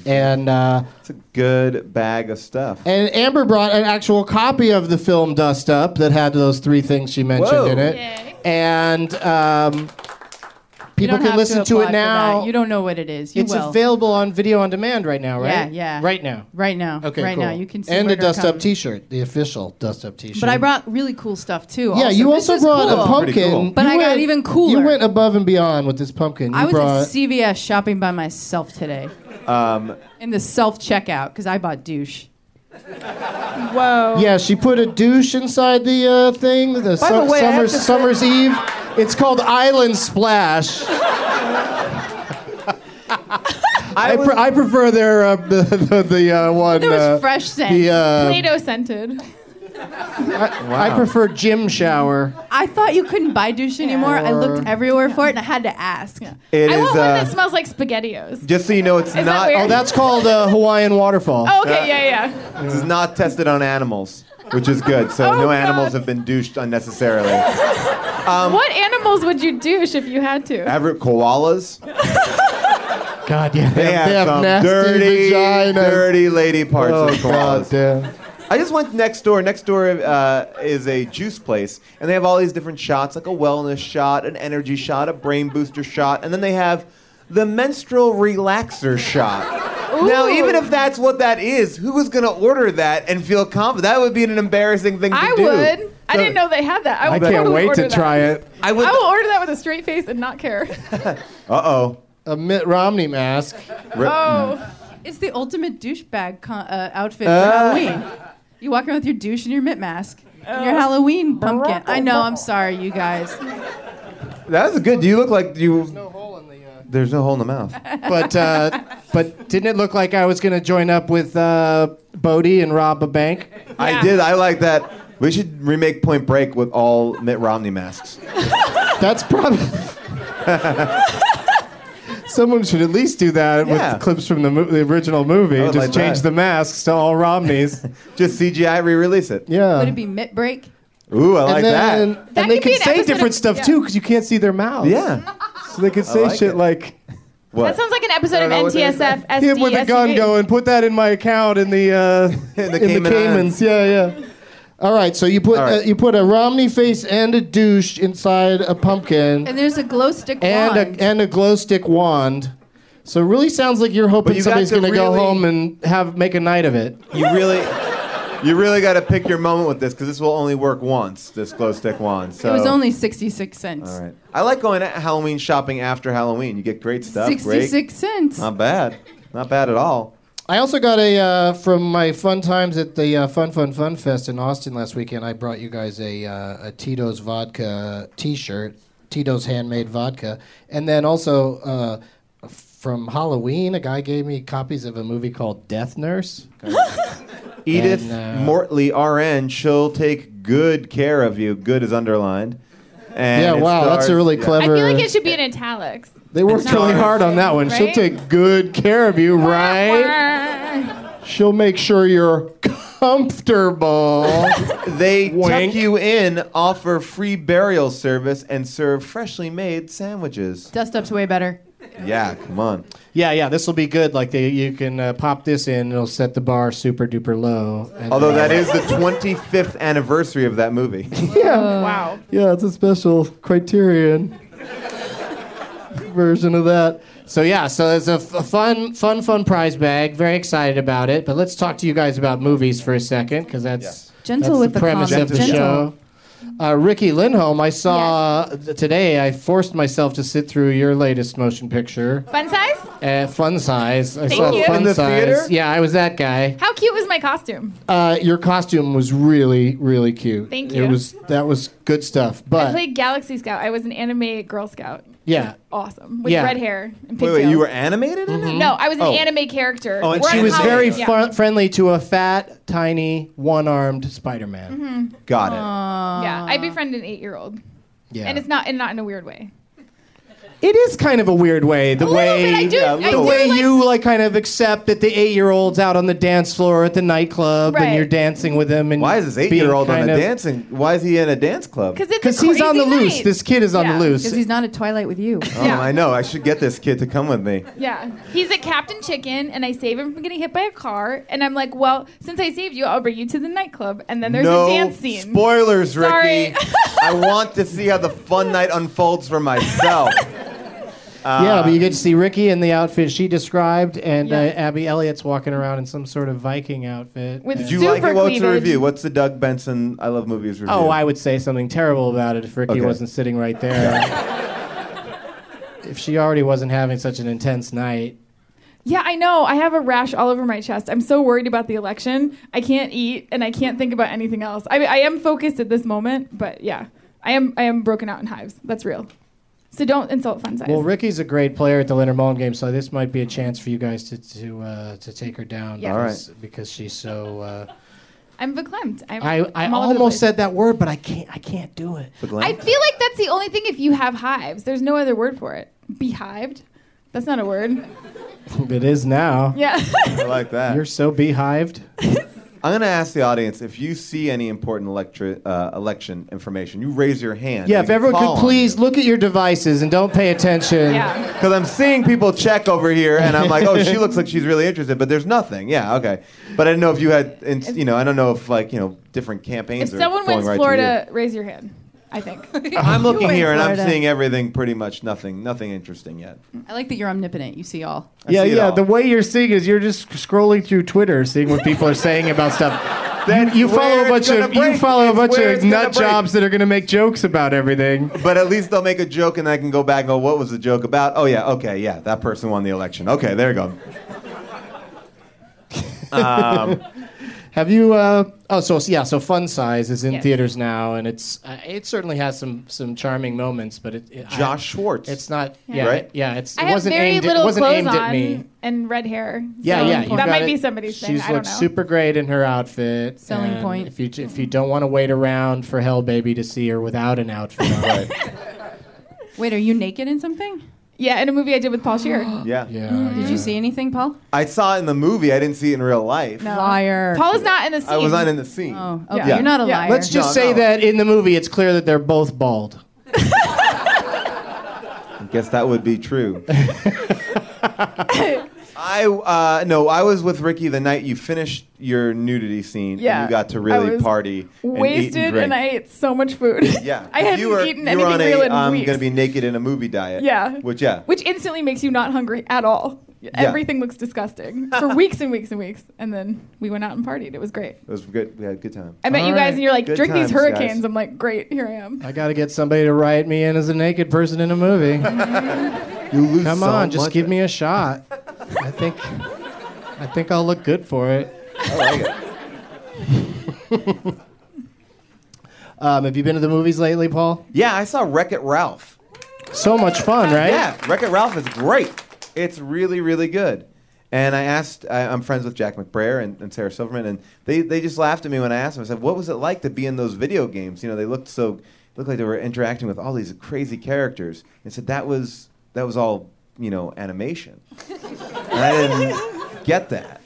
[SPEAKER 2] And uh,
[SPEAKER 4] It's a good bag of stuff.
[SPEAKER 2] and Amber brought an actual copy of the film Dust Up that had those three things she mentioned
[SPEAKER 4] Whoa.
[SPEAKER 2] in it.
[SPEAKER 5] Yay.
[SPEAKER 2] And um,
[SPEAKER 3] You
[SPEAKER 2] people
[SPEAKER 3] don't have
[SPEAKER 2] can listen to,
[SPEAKER 3] apply
[SPEAKER 2] it
[SPEAKER 3] for
[SPEAKER 2] now.
[SPEAKER 3] that. You don't know what it is. You
[SPEAKER 2] it's
[SPEAKER 3] will.
[SPEAKER 2] available on video on demand right now,
[SPEAKER 3] Yeah,
[SPEAKER 2] right?
[SPEAKER 3] yeah.
[SPEAKER 2] Right now.
[SPEAKER 3] Right now.
[SPEAKER 2] Okay,
[SPEAKER 3] Right
[SPEAKER 2] cool.
[SPEAKER 3] now. You can see
[SPEAKER 2] and the
[SPEAKER 3] murder
[SPEAKER 2] Dust Up
[SPEAKER 3] come.
[SPEAKER 2] T-shirt, the official Dust Up T-shirt.
[SPEAKER 3] But I brought really cool stuff too.
[SPEAKER 2] Yeah, you
[SPEAKER 3] This
[SPEAKER 2] also
[SPEAKER 3] is
[SPEAKER 2] brought
[SPEAKER 3] cool.
[SPEAKER 2] a
[SPEAKER 4] Pretty
[SPEAKER 2] pumpkin.
[SPEAKER 4] cool.
[SPEAKER 3] But
[SPEAKER 2] You
[SPEAKER 3] I got even cooler.
[SPEAKER 2] You went above and beyond with this pumpkin. You
[SPEAKER 3] I was
[SPEAKER 2] brought, Um,
[SPEAKER 3] at CVS shopping by myself today. in the self checkout because I bought douche.
[SPEAKER 5] Whoa.
[SPEAKER 2] Yeah, she put a douche inside the uh, thing. The,
[SPEAKER 4] By the way, I have
[SPEAKER 2] summer's, summer's
[SPEAKER 4] to say-
[SPEAKER 2] Eve. It's called Island Splash. I, pre- I prefer their uh, the the, the uh, one.
[SPEAKER 3] There was
[SPEAKER 2] uh,
[SPEAKER 3] fresh scent.
[SPEAKER 2] The, uh,
[SPEAKER 5] Play-Doh scented.
[SPEAKER 2] I prefer gym shower.
[SPEAKER 3] I thought you couldn't buy douche anymore. I looked everywhere for it and I had to ask.
[SPEAKER 4] It
[SPEAKER 5] I want
[SPEAKER 4] is,
[SPEAKER 5] one
[SPEAKER 4] uh,
[SPEAKER 5] that smells like SpaghettiOs.
[SPEAKER 4] just so you know, it's
[SPEAKER 5] that
[SPEAKER 4] not
[SPEAKER 5] weird?
[SPEAKER 2] Oh, that's called uh, Hawaiian waterfall.
[SPEAKER 5] Oh, okay, yeah, yeah.
[SPEAKER 4] this is not tested on animals, which is good. So
[SPEAKER 5] Oh,
[SPEAKER 4] no
[SPEAKER 5] God.
[SPEAKER 4] animals have been douched unnecessarily.
[SPEAKER 5] what animals would you douche if you had to?
[SPEAKER 4] Ever koalas?
[SPEAKER 2] God, yeah, they,
[SPEAKER 4] They
[SPEAKER 2] have, they have
[SPEAKER 4] some
[SPEAKER 2] nasty
[SPEAKER 4] dirty,
[SPEAKER 2] vaginas.
[SPEAKER 4] dirty lady parts of
[SPEAKER 2] Oh
[SPEAKER 4] koalas.
[SPEAKER 2] God, damn.
[SPEAKER 4] I just went next door. Next door uh, is a juice place, and they have all these different shots, like a wellness shot, an energy shot, a brain booster shot, and then they have the menstrual relaxer shot. Now, even if that's what that is, who is going to order that and feel confident? That would be an embarrassing thing to
[SPEAKER 5] I
[SPEAKER 4] do.
[SPEAKER 5] would. I
[SPEAKER 4] So-
[SPEAKER 5] didn't know they had that. I,
[SPEAKER 2] I
[SPEAKER 5] would
[SPEAKER 2] can't
[SPEAKER 5] totally
[SPEAKER 2] wait
[SPEAKER 5] order
[SPEAKER 2] to
[SPEAKER 5] that.
[SPEAKER 2] try it.
[SPEAKER 4] I would.
[SPEAKER 5] I will order that with a straight face and not care.
[SPEAKER 4] Uh oh.
[SPEAKER 2] A Mitt Romney mask.
[SPEAKER 5] oh,
[SPEAKER 3] It's the ultimate douchebag con- uh, outfit for Halloween. You walk around with your douche and your mitt mask. and
[SPEAKER 5] Oh.
[SPEAKER 3] your Halloween pumpkin. I know, I'm sorry, you guys.
[SPEAKER 4] That was good. You look like you. There's no hole in the. Uh... There's no hole in the mouth.
[SPEAKER 2] but uh, but didn't it look like I was going to join up with uh, Bodie and rob a bank?
[SPEAKER 4] I
[SPEAKER 5] Yeah.
[SPEAKER 4] did. I like that. We should remake Point Break with all Mitt Romney masks.
[SPEAKER 2] That's probably. Someone should at least do that
[SPEAKER 4] Yeah.
[SPEAKER 2] with clips from the, mo- the original movie.
[SPEAKER 4] I would
[SPEAKER 2] Just
[SPEAKER 4] like
[SPEAKER 2] change
[SPEAKER 4] that.
[SPEAKER 2] the masks to all Romneys.
[SPEAKER 4] Just CGI re-release it.
[SPEAKER 2] yeah.
[SPEAKER 3] Would it be mitt break?
[SPEAKER 4] Ooh, I like
[SPEAKER 2] and then,
[SPEAKER 4] that.
[SPEAKER 2] and
[SPEAKER 5] That
[SPEAKER 2] they
[SPEAKER 5] could be
[SPEAKER 2] can
[SPEAKER 5] an
[SPEAKER 2] say
[SPEAKER 5] episode
[SPEAKER 2] different
[SPEAKER 5] of-
[SPEAKER 2] stuff
[SPEAKER 5] yeah.
[SPEAKER 2] too because you can't see their mouths.
[SPEAKER 4] Yeah.
[SPEAKER 2] So they could say
[SPEAKER 4] like
[SPEAKER 2] shit
[SPEAKER 4] it.
[SPEAKER 2] like,
[SPEAKER 4] What?
[SPEAKER 5] that sounds like an episode of
[SPEAKER 4] know what they-
[SPEAKER 5] NTSF SD.
[SPEAKER 2] hit with a gun
[SPEAKER 5] SUV.
[SPEAKER 2] going, put that in my account in the, uh,
[SPEAKER 4] In
[SPEAKER 2] in
[SPEAKER 4] the
[SPEAKER 2] the,
[SPEAKER 4] Cayman Islands.
[SPEAKER 2] Caymans. Yeah, yeah. All right, so you put
[SPEAKER 4] All right.
[SPEAKER 2] uh, you put a Romney face and a douche inside a pumpkin
[SPEAKER 3] And there's a glow stick
[SPEAKER 2] and
[SPEAKER 3] wand.
[SPEAKER 2] a and a glow stick wand. So it really sounds like you're hoping
[SPEAKER 4] But you got
[SPEAKER 2] somebody's
[SPEAKER 4] to
[SPEAKER 2] going to go
[SPEAKER 4] really-
[SPEAKER 2] home and have make a night of it.
[SPEAKER 4] You really, you really got to pick your moment with this because this will only work once. This glow stick wand. So
[SPEAKER 3] it was only 66 cents.
[SPEAKER 4] All right. I like going at Halloween shopping after Halloween. You get great stuff.
[SPEAKER 3] 66
[SPEAKER 4] Great.
[SPEAKER 3] cents.
[SPEAKER 4] Not bad. Not bad at all.
[SPEAKER 2] I also got a uh, from my fun times at the uh, Fun Fun Fun Fest in Austin last weekend. I brought you guys a, uh, a Tito's vodka T-shirt, Tito's handmade vodka, and then also uh, from Halloween, a guy gave me copies of a movie called Death Nurse.
[SPEAKER 4] Edith
[SPEAKER 2] And, uh,
[SPEAKER 4] Mortley, RN. She'll take good care of you. Good is underlined. And
[SPEAKER 2] yeah,
[SPEAKER 4] it
[SPEAKER 2] wow, that's a
[SPEAKER 4] stars-
[SPEAKER 2] really
[SPEAKER 4] yeah.
[SPEAKER 5] I
[SPEAKER 2] clever.
[SPEAKER 5] feel like it should be in italics.
[SPEAKER 2] they worked really hard on that one. She'll
[SPEAKER 5] Right?
[SPEAKER 2] take good care of you, right? She'll make sure you're comfortable.
[SPEAKER 4] They
[SPEAKER 2] Wink.
[SPEAKER 4] tuck you in, offer free burial service, and serve freshly made sandwiches.
[SPEAKER 3] Dust up's way better.
[SPEAKER 4] Yeah, come on.
[SPEAKER 2] yeah, yeah, this will be good. Like they, you can uh, pop this in, it'll set the bar super duper low. And-
[SPEAKER 4] Although that is the 25th anniversary of that movie.
[SPEAKER 5] Wow.
[SPEAKER 2] yeah, it's a special criterion version of that. So yeah, so it's a, f- a fun, fun, fun prize bag. Very excited about it. But let's talk to you guys about movies for a second, because that's that's
[SPEAKER 3] Gentle with
[SPEAKER 2] the
[SPEAKER 3] the
[SPEAKER 2] premise
[SPEAKER 3] comment.
[SPEAKER 2] of the
[SPEAKER 4] Gentle.
[SPEAKER 2] show. Uh, Ricky Lindholm, I saw th- today. I forced myself to sit through your latest motion picture,
[SPEAKER 5] Fun size?
[SPEAKER 2] uh, Fun Size. I saw
[SPEAKER 5] you.
[SPEAKER 2] Fun
[SPEAKER 4] In the
[SPEAKER 2] Size.
[SPEAKER 4] theater?
[SPEAKER 2] Yeah, I was that guy.
[SPEAKER 5] How cute was my costume?
[SPEAKER 2] Uh, your costume was really, really cute.
[SPEAKER 5] Thank
[SPEAKER 2] It
[SPEAKER 5] you.
[SPEAKER 2] was that was good stuff.
[SPEAKER 5] I
[SPEAKER 2] But
[SPEAKER 5] played Galaxy Scout. I was an anime Girl Scout.
[SPEAKER 2] Uh, yeah,
[SPEAKER 5] Awesome. With
[SPEAKER 2] Yeah.
[SPEAKER 5] red hair and
[SPEAKER 4] wait,
[SPEAKER 5] pigtails.
[SPEAKER 4] wait, you were animated in it?
[SPEAKER 5] No, I was an
[SPEAKER 4] Oh.
[SPEAKER 5] anime character.
[SPEAKER 4] Oh, and
[SPEAKER 5] We're
[SPEAKER 4] she
[SPEAKER 5] in
[SPEAKER 2] He was
[SPEAKER 5] Hollywood.
[SPEAKER 2] very
[SPEAKER 5] Yeah.
[SPEAKER 2] fr- friendly to a fat, tiny, one-armed Spider-Man.
[SPEAKER 5] Mm-hmm.
[SPEAKER 4] Got it.
[SPEAKER 5] Yeah, I befriended an eight-year-old,
[SPEAKER 2] Yeah,
[SPEAKER 5] and it's not and not in a weird way.
[SPEAKER 2] It is kind of a weird way. The
[SPEAKER 5] little
[SPEAKER 2] way
[SPEAKER 5] bit, I do-
[SPEAKER 2] the
[SPEAKER 5] I do
[SPEAKER 2] way
[SPEAKER 5] like-
[SPEAKER 2] you like kind of accept that the eight year old's out on the dance floor at the nightclub and
[SPEAKER 5] Right.
[SPEAKER 2] you're dancing with him. And
[SPEAKER 4] Why is this
[SPEAKER 2] being
[SPEAKER 4] eight-year-old on
[SPEAKER 2] kind
[SPEAKER 4] a
[SPEAKER 2] of-
[SPEAKER 4] dancing? Why is he in a dance club?
[SPEAKER 5] Because it's a
[SPEAKER 2] Because he's on the
[SPEAKER 5] crazy
[SPEAKER 2] loose.
[SPEAKER 5] night.
[SPEAKER 2] This kid is on
[SPEAKER 5] Yeah.
[SPEAKER 2] the loose.
[SPEAKER 3] Because he's not at Twilight with you.
[SPEAKER 4] Oh,
[SPEAKER 5] yeah.
[SPEAKER 4] I know. I should get this kid to come with me.
[SPEAKER 5] Yeah. He's at Captain Chicken, and I save him from getting hit by a car. And I'm like, well, since I saved you, I'll bring you to the nightclub. And then there's
[SPEAKER 4] no
[SPEAKER 5] a dance scene.
[SPEAKER 4] spoilers,
[SPEAKER 5] Sorry.
[SPEAKER 4] Ricky. I want to see how the fun night unfolds for myself.
[SPEAKER 2] yeah,
[SPEAKER 4] Ah.
[SPEAKER 2] but you get to see Ricky in the outfit she described, and uh,
[SPEAKER 5] Yeah.
[SPEAKER 2] Abby Elliott's walking around in some sort of Viking outfit.
[SPEAKER 5] With
[SPEAKER 2] And-
[SPEAKER 4] Do you
[SPEAKER 5] super
[SPEAKER 4] like it? What's the
[SPEAKER 5] cleavage.
[SPEAKER 4] review? What's the Doug Benson I Love Movies review?
[SPEAKER 2] oh, I would say something terrible about it if Ricky
[SPEAKER 4] Okay.
[SPEAKER 2] wasn't sitting right there. if she already wasn't having such an intense night.
[SPEAKER 5] Yeah, I know. I have a rash all over my chest. I'm so worried about the election. I can't eat and I can't think about anything else. I, I am focused at this moment, but yeah, I am I am broken out in hives. That's real. So don't insult fun size.
[SPEAKER 2] Well, Ricky's a great player at the Leonard Mullen game, so this might be a chance for you guys to to uh, to take her down.
[SPEAKER 5] Yeah.
[SPEAKER 4] All
[SPEAKER 2] because, because she's so. Uh,
[SPEAKER 5] I'm verklempt. I'm,
[SPEAKER 2] I I
[SPEAKER 5] I'm all over the
[SPEAKER 2] almost
[SPEAKER 5] place.
[SPEAKER 2] said that word, but I can't I can't do it.
[SPEAKER 4] The
[SPEAKER 5] I
[SPEAKER 4] glam-
[SPEAKER 5] feel like that's the only thing if you have hives. There's no other word for it. Behived. That's not a word.
[SPEAKER 2] It is now.
[SPEAKER 5] Yeah.
[SPEAKER 4] I like that.
[SPEAKER 2] You're so beehived.
[SPEAKER 4] I'm going to ask the audience if you see any important electri- uh, election information, you raise your hand.
[SPEAKER 2] Yeah, if everyone could please look at your devices and don't pay attention.
[SPEAKER 5] yeah.
[SPEAKER 4] Because I'm seeing people check over here, and I'm like, oh, she looks like she's really interested, but there's nothing. Yeah, okay. But I didn't know if you had, and, you know, I don't know if like you know different
[SPEAKER 5] If
[SPEAKER 4] campaigns. are
[SPEAKER 5] someone
[SPEAKER 4] going
[SPEAKER 5] wins
[SPEAKER 4] right to you.
[SPEAKER 5] Florida, raise your hand. I think.
[SPEAKER 4] I'm looking
[SPEAKER 3] win
[SPEAKER 4] here, and I'm
[SPEAKER 3] Florida.
[SPEAKER 4] seeing everything pretty much nothing, nothing interesting yet.
[SPEAKER 3] I like that you're omnipotent. You see all.
[SPEAKER 4] I
[SPEAKER 2] Yeah,
[SPEAKER 4] see it
[SPEAKER 2] yeah.
[SPEAKER 4] all.
[SPEAKER 2] The way you're seeing is you're just scrolling through Twitter, seeing what people are saying about stuff.
[SPEAKER 4] That's
[SPEAKER 2] you
[SPEAKER 4] where
[SPEAKER 2] follow a
[SPEAKER 4] it's
[SPEAKER 2] bunch
[SPEAKER 4] gonna
[SPEAKER 2] of you
[SPEAKER 4] break.
[SPEAKER 2] follow a
[SPEAKER 4] It's
[SPEAKER 2] bunch
[SPEAKER 4] where
[SPEAKER 2] of
[SPEAKER 4] it's gonna
[SPEAKER 2] nut
[SPEAKER 4] break.
[SPEAKER 2] jobs that are gonna make jokes about everything.
[SPEAKER 4] But at least they'll make a joke, and I can go back and go, what was the joke about? Oh, yeah, okay, yeah, that person won the election. Okay, there you go.
[SPEAKER 2] Have you? Uh, oh, so yeah, so Fun Size is in
[SPEAKER 5] Yes.
[SPEAKER 2] theaters now, and it's uh, it certainly has some some charming moments, but it, it I-
[SPEAKER 4] Josh Schwartz.
[SPEAKER 2] it's not yeah,
[SPEAKER 4] Right?
[SPEAKER 2] yeah, it's it
[SPEAKER 5] I have
[SPEAKER 2] wasn't
[SPEAKER 5] very
[SPEAKER 2] aimed,
[SPEAKER 5] little
[SPEAKER 2] it wasn't
[SPEAKER 5] clothes
[SPEAKER 2] aimed at
[SPEAKER 5] on
[SPEAKER 2] me.
[SPEAKER 5] and red hair.
[SPEAKER 2] Yeah,
[SPEAKER 5] So
[SPEAKER 2] yeah, you
[SPEAKER 5] that
[SPEAKER 2] got
[SPEAKER 5] might
[SPEAKER 2] it.
[SPEAKER 5] be somebody's thing.
[SPEAKER 2] She's
[SPEAKER 5] I don't
[SPEAKER 2] looked
[SPEAKER 5] know.
[SPEAKER 2] super great in her outfit.
[SPEAKER 3] Selling
[SPEAKER 2] and
[SPEAKER 3] point.
[SPEAKER 2] If you if you don't want to wait around for Hell Baby to see her without an outfit, on,
[SPEAKER 3] Wait, are you naked in something?
[SPEAKER 5] yeah, in a movie I did with Paul Shear.
[SPEAKER 4] yeah.
[SPEAKER 2] yeah,
[SPEAKER 3] Did you see anything, Paul?
[SPEAKER 4] I saw it in the movie, I didn't see it in real life.
[SPEAKER 3] Liar.
[SPEAKER 5] Paul is not in the scene.
[SPEAKER 4] I was not in the scene.
[SPEAKER 3] Oh, okay.
[SPEAKER 5] Yeah.
[SPEAKER 3] You're not a
[SPEAKER 5] Yeah.
[SPEAKER 3] liar.
[SPEAKER 2] Let's just
[SPEAKER 4] No,
[SPEAKER 2] say
[SPEAKER 4] no.
[SPEAKER 2] that in the movie, it's clear that they're both bald.
[SPEAKER 4] I guess that would be true. I uh, no, I was with Ricky the night you finished your nudity scene and
[SPEAKER 5] Yeah,
[SPEAKER 4] you got to
[SPEAKER 5] I
[SPEAKER 4] really
[SPEAKER 5] was
[SPEAKER 4] party and eat
[SPEAKER 5] wasted,
[SPEAKER 4] and,
[SPEAKER 5] and,
[SPEAKER 4] drink.
[SPEAKER 5] I ate so much food.
[SPEAKER 4] yeah,
[SPEAKER 5] I hadn't
[SPEAKER 4] you were,
[SPEAKER 5] eaten
[SPEAKER 4] you were
[SPEAKER 5] anything
[SPEAKER 4] on
[SPEAKER 5] real
[SPEAKER 4] a,
[SPEAKER 5] in
[SPEAKER 4] I'm
[SPEAKER 5] weeks.
[SPEAKER 4] gonna be naked in a movie diet.
[SPEAKER 5] yeah,
[SPEAKER 4] which yeah,
[SPEAKER 5] which instantly makes you not hungry at all. Everything looks disgusting for weeks and weeks and weeks, and then we went out and partied. It was great.
[SPEAKER 4] it was good. We had a good time.
[SPEAKER 5] I met
[SPEAKER 2] All
[SPEAKER 5] you
[SPEAKER 2] right.
[SPEAKER 5] guys, and you're like,
[SPEAKER 4] Good
[SPEAKER 5] "Drink
[SPEAKER 4] times,
[SPEAKER 5] these hurricanes."
[SPEAKER 4] guys.
[SPEAKER 5] I'm like, "Great, here I am."
[SPEAKER 2] I got to get somebody to write me in as a naked person in a movie.
[SPEAKER 4] You lose
[SPEAKER 2] Come
[SPEAKER 4] so
[SPEAKER 2] on, just
[SPEAKER 4] much.
[SPEAKER 2] give me a shot. I think I think I'll look good for it.
[SPEAKER 4] I like it.
[SPEAKER 2] Um, have you been to the movies lately, Paul?
[SPEAKER 4] Yeah, I saw Wreck It Ralph.
[SPEAKER 2] So much fun, right?
[SPEAKER 4] Yeah, Wreck It Ralph is great. It's really, really good. And I asked, I, I'm friends with Jack McBrayer and, and Sarah Silverman, and they, they just laughed at me when I asked them. I said, What was it like to be in those video games? You know, they looked so, looked like they were interacting with all these crazy characters. And said, That was, that was all, you know, animation. and I didn't get that.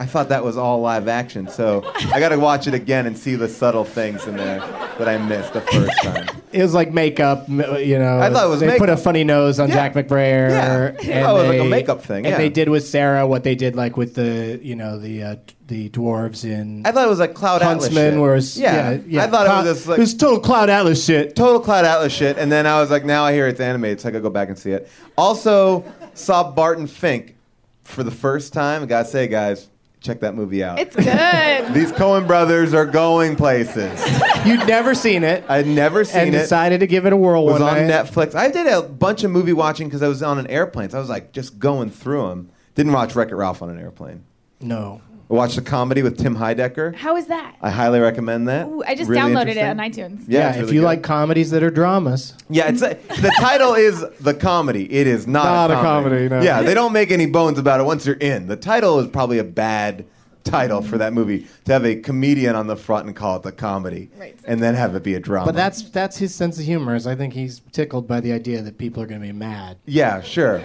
[SPEAKER 4] I thought that was all live action, so I got to watch it again and see the subtle things in there that I missed the first time.
[SPEAKER 2] It was like makeup, m- you know.
[SPEAKER 4] I thought it was
[SPEAKER 2] they put a
[SPEAKER 4] makeup.
[SPEAKER 2] funny nose on
[SPEAKER 4] Yeah.
[SPEAKER 2] Jack McBrayer.
[SPEAKER 4] Yeah. Oh, it was like a makeup thing,
[SPEAKER 2] And
[SPEAKER 4] yeah.
[SPEAKER 2] they did with Sarah what they did like with the, you know, the uh, d- the dwarves in
[SPEAKER 4] I thought it was like Cloud Atlas.
[SPEAKER 2] Huntsman,
[SPEAKER 4] shit.
[SPEAKER 2] where it's,
[SPEAKER 4] yeah.
[SPEAKER 2] yeah, yeah.
[SPEAKER 4] I thought
[SPEAKER 2] Cloud-
[SPEAKER 4] it was just like
[SPEAKER 2] it was total Cloud Atlas shit.
[SPEAKER 4] total Cloud Atlas shit, and then I was like, now I hear it's animated, so I could go back and see it. Also, saw Barton Fink for the first time. I gotta say, guys, check that movie out.
[SPEAKER 5] It's good.
[SPEAKER 4] These Cohen brothers are going places.
[SPEAKER 2] You'd never seen it,
[SPEAKER 4] I'd never seen
[SPEAKER 2] and
[SPEAKER 4] it.
[SPEAKER 2] decided to give it a whirl
[SPEAKER 4] was
[SPEAKER 2] one
[SPEAKER 4] on
[SPEAKER 2] night.
[SPEAKER 4] Netflix. I did a bunch of movie watching because I was on an airplane, so I was like just going through them. Didn't watch Wreck It Ralph on an airplane.
[SPEAKER 2] No.
[SPEAKER 4] I watched a comedy with Tim Heidecker.
[SPEAKER 5] How is that?
[SPEAKER 4] I highly recommend that.
[SPEAKER 5] Ooh, I just
[SPEAKER 4] Really
[SPEAKER 5] downloaded it
[SPEAKER 4] interesting.
[SPEAKER 5] on iTunes.
[SPEAKER 4] Yeah,
[SPEAKER 2] Yeah, if
[SPEAKER 4] it's really
[SPEAKER 2] you
[SPEAKER 4] good. Uh-huh.
[SPEAKER 2] like comedies that are dramas.
[SPEAKER 4] Yeah, it's a, the title is the comedy. It is not,
[SPEAKER 2] Not a
[SPEAKER 4] a
[SPEAKER 2] comedy,
[SPEAKER 4] comedy.
[SPEAKER 2] no.
[SPEAKER 4] Yeah, they don't make any bones about it once you're in. The title is probably a bad title for that movie to have a comedian on the front and call it the comedy,
[SPEAKER 5] Right.
[SPEAKER 4] and then have it be a drama.
[SPEAKER 2] But that's that's his sense of humor. Is I think he's tickled by the idea that people are going to be mad
[SPEAKER 4] yeah, sure,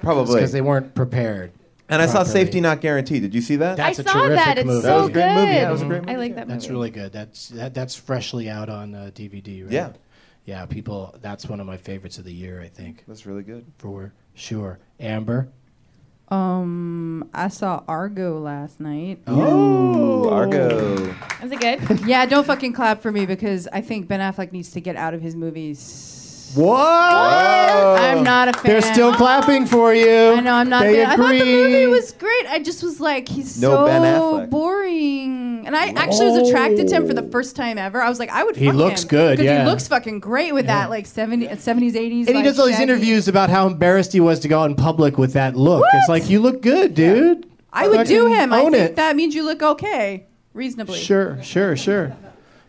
[SPEAKER 4] probably.
[SPEAKER 2] because they weren't prepared.
[SPEAKER 4] and I saw
[SPEAKER 2] properly.
[SPEAKER 4] Safety Not Guaranteed. Did you see that?
[SPEAKER 2] That's
[SPEAKER 5] I
[SPEAKER 2] a
[SPEAKER 5] saw
[SPEAKER 2] terrific
[SPEAKER 5] that. It's
[SPEAKER 2] movie.
[SPEAKER 5] so
[SPEAKER 4] That was a
[SPEAKER 5] good.
[SPEAKER 4] great movie. Yeah, that was a great
[SPEAKER 5] I like that movie.
[SPEAKER 2] That's really good. That's that, that's freshly out on uh, DVD, right?
[SPEAKER 4] Yeah.
[SPEAKER 2] Yeah, people. That's one of my favorites of the year, I think,
[SPEAKER 4] That's really good.
[SPEAKER 2] for sure. Amber.
[SPEAKER 3] Um, I saw Argo last night.
[SPEAKER 4] Oh, Argo.
[SPEAKER 5] Is it good?
[SPEAKER 3] Yeah, don't fucking clap for me because I think Ben Affleck needs to get out of his movies. I'm not a fan.
[SPEAKER 2] They're still clapping for you.
[SPEAKER 3] I know I'm not.
[SPEAKER 2] They
[SPEAKER 3] a fan. I thought the
[SPEAKER 2] agree.
[SPEAKER 3] movie was great. I just was like, he's
[SPEAKER 4] No
[SPEAKER 3] so
[SPEAKER 4] Ben Affleck.
[SPEAKER 3] boring. And I actually was attracted to him for the first time ever. I was like, I would.
[SPEAKER 2] He
[SPEAKER 3] fuck
[SPEAKER 2] looks
[SPEAKER 3] him.
[SPEAKER 2] good,
[SPEAKER 3] 'Cause
[SPEAKER 2] yeah.
[SPEAKER 3] He looks fucking great with that like 70, 70s, 80s.
[SPEAKER 2] And he
[SPEAKER 3] like,
[SPEAKER 2] does all these
[SPEAKER 3] shaggy-
[SPEAKER 2] interviews about how embarrassed he was to go out in public with that look. It's
[SPEAKER 3] What?
[SPEAKER 2] like you look good, dude.
[SPEAKER 3] I would do
[SPEAKER 2] Fucking
[SPEAKER 3] him. I
[SPEAKER 2] Own
[SPEAKER 3] think
[SPEAKER 2] it.
[SPEAKER 3] that means you look okay, reasonably.
[SPEAKER 2] Sure, sure, sure.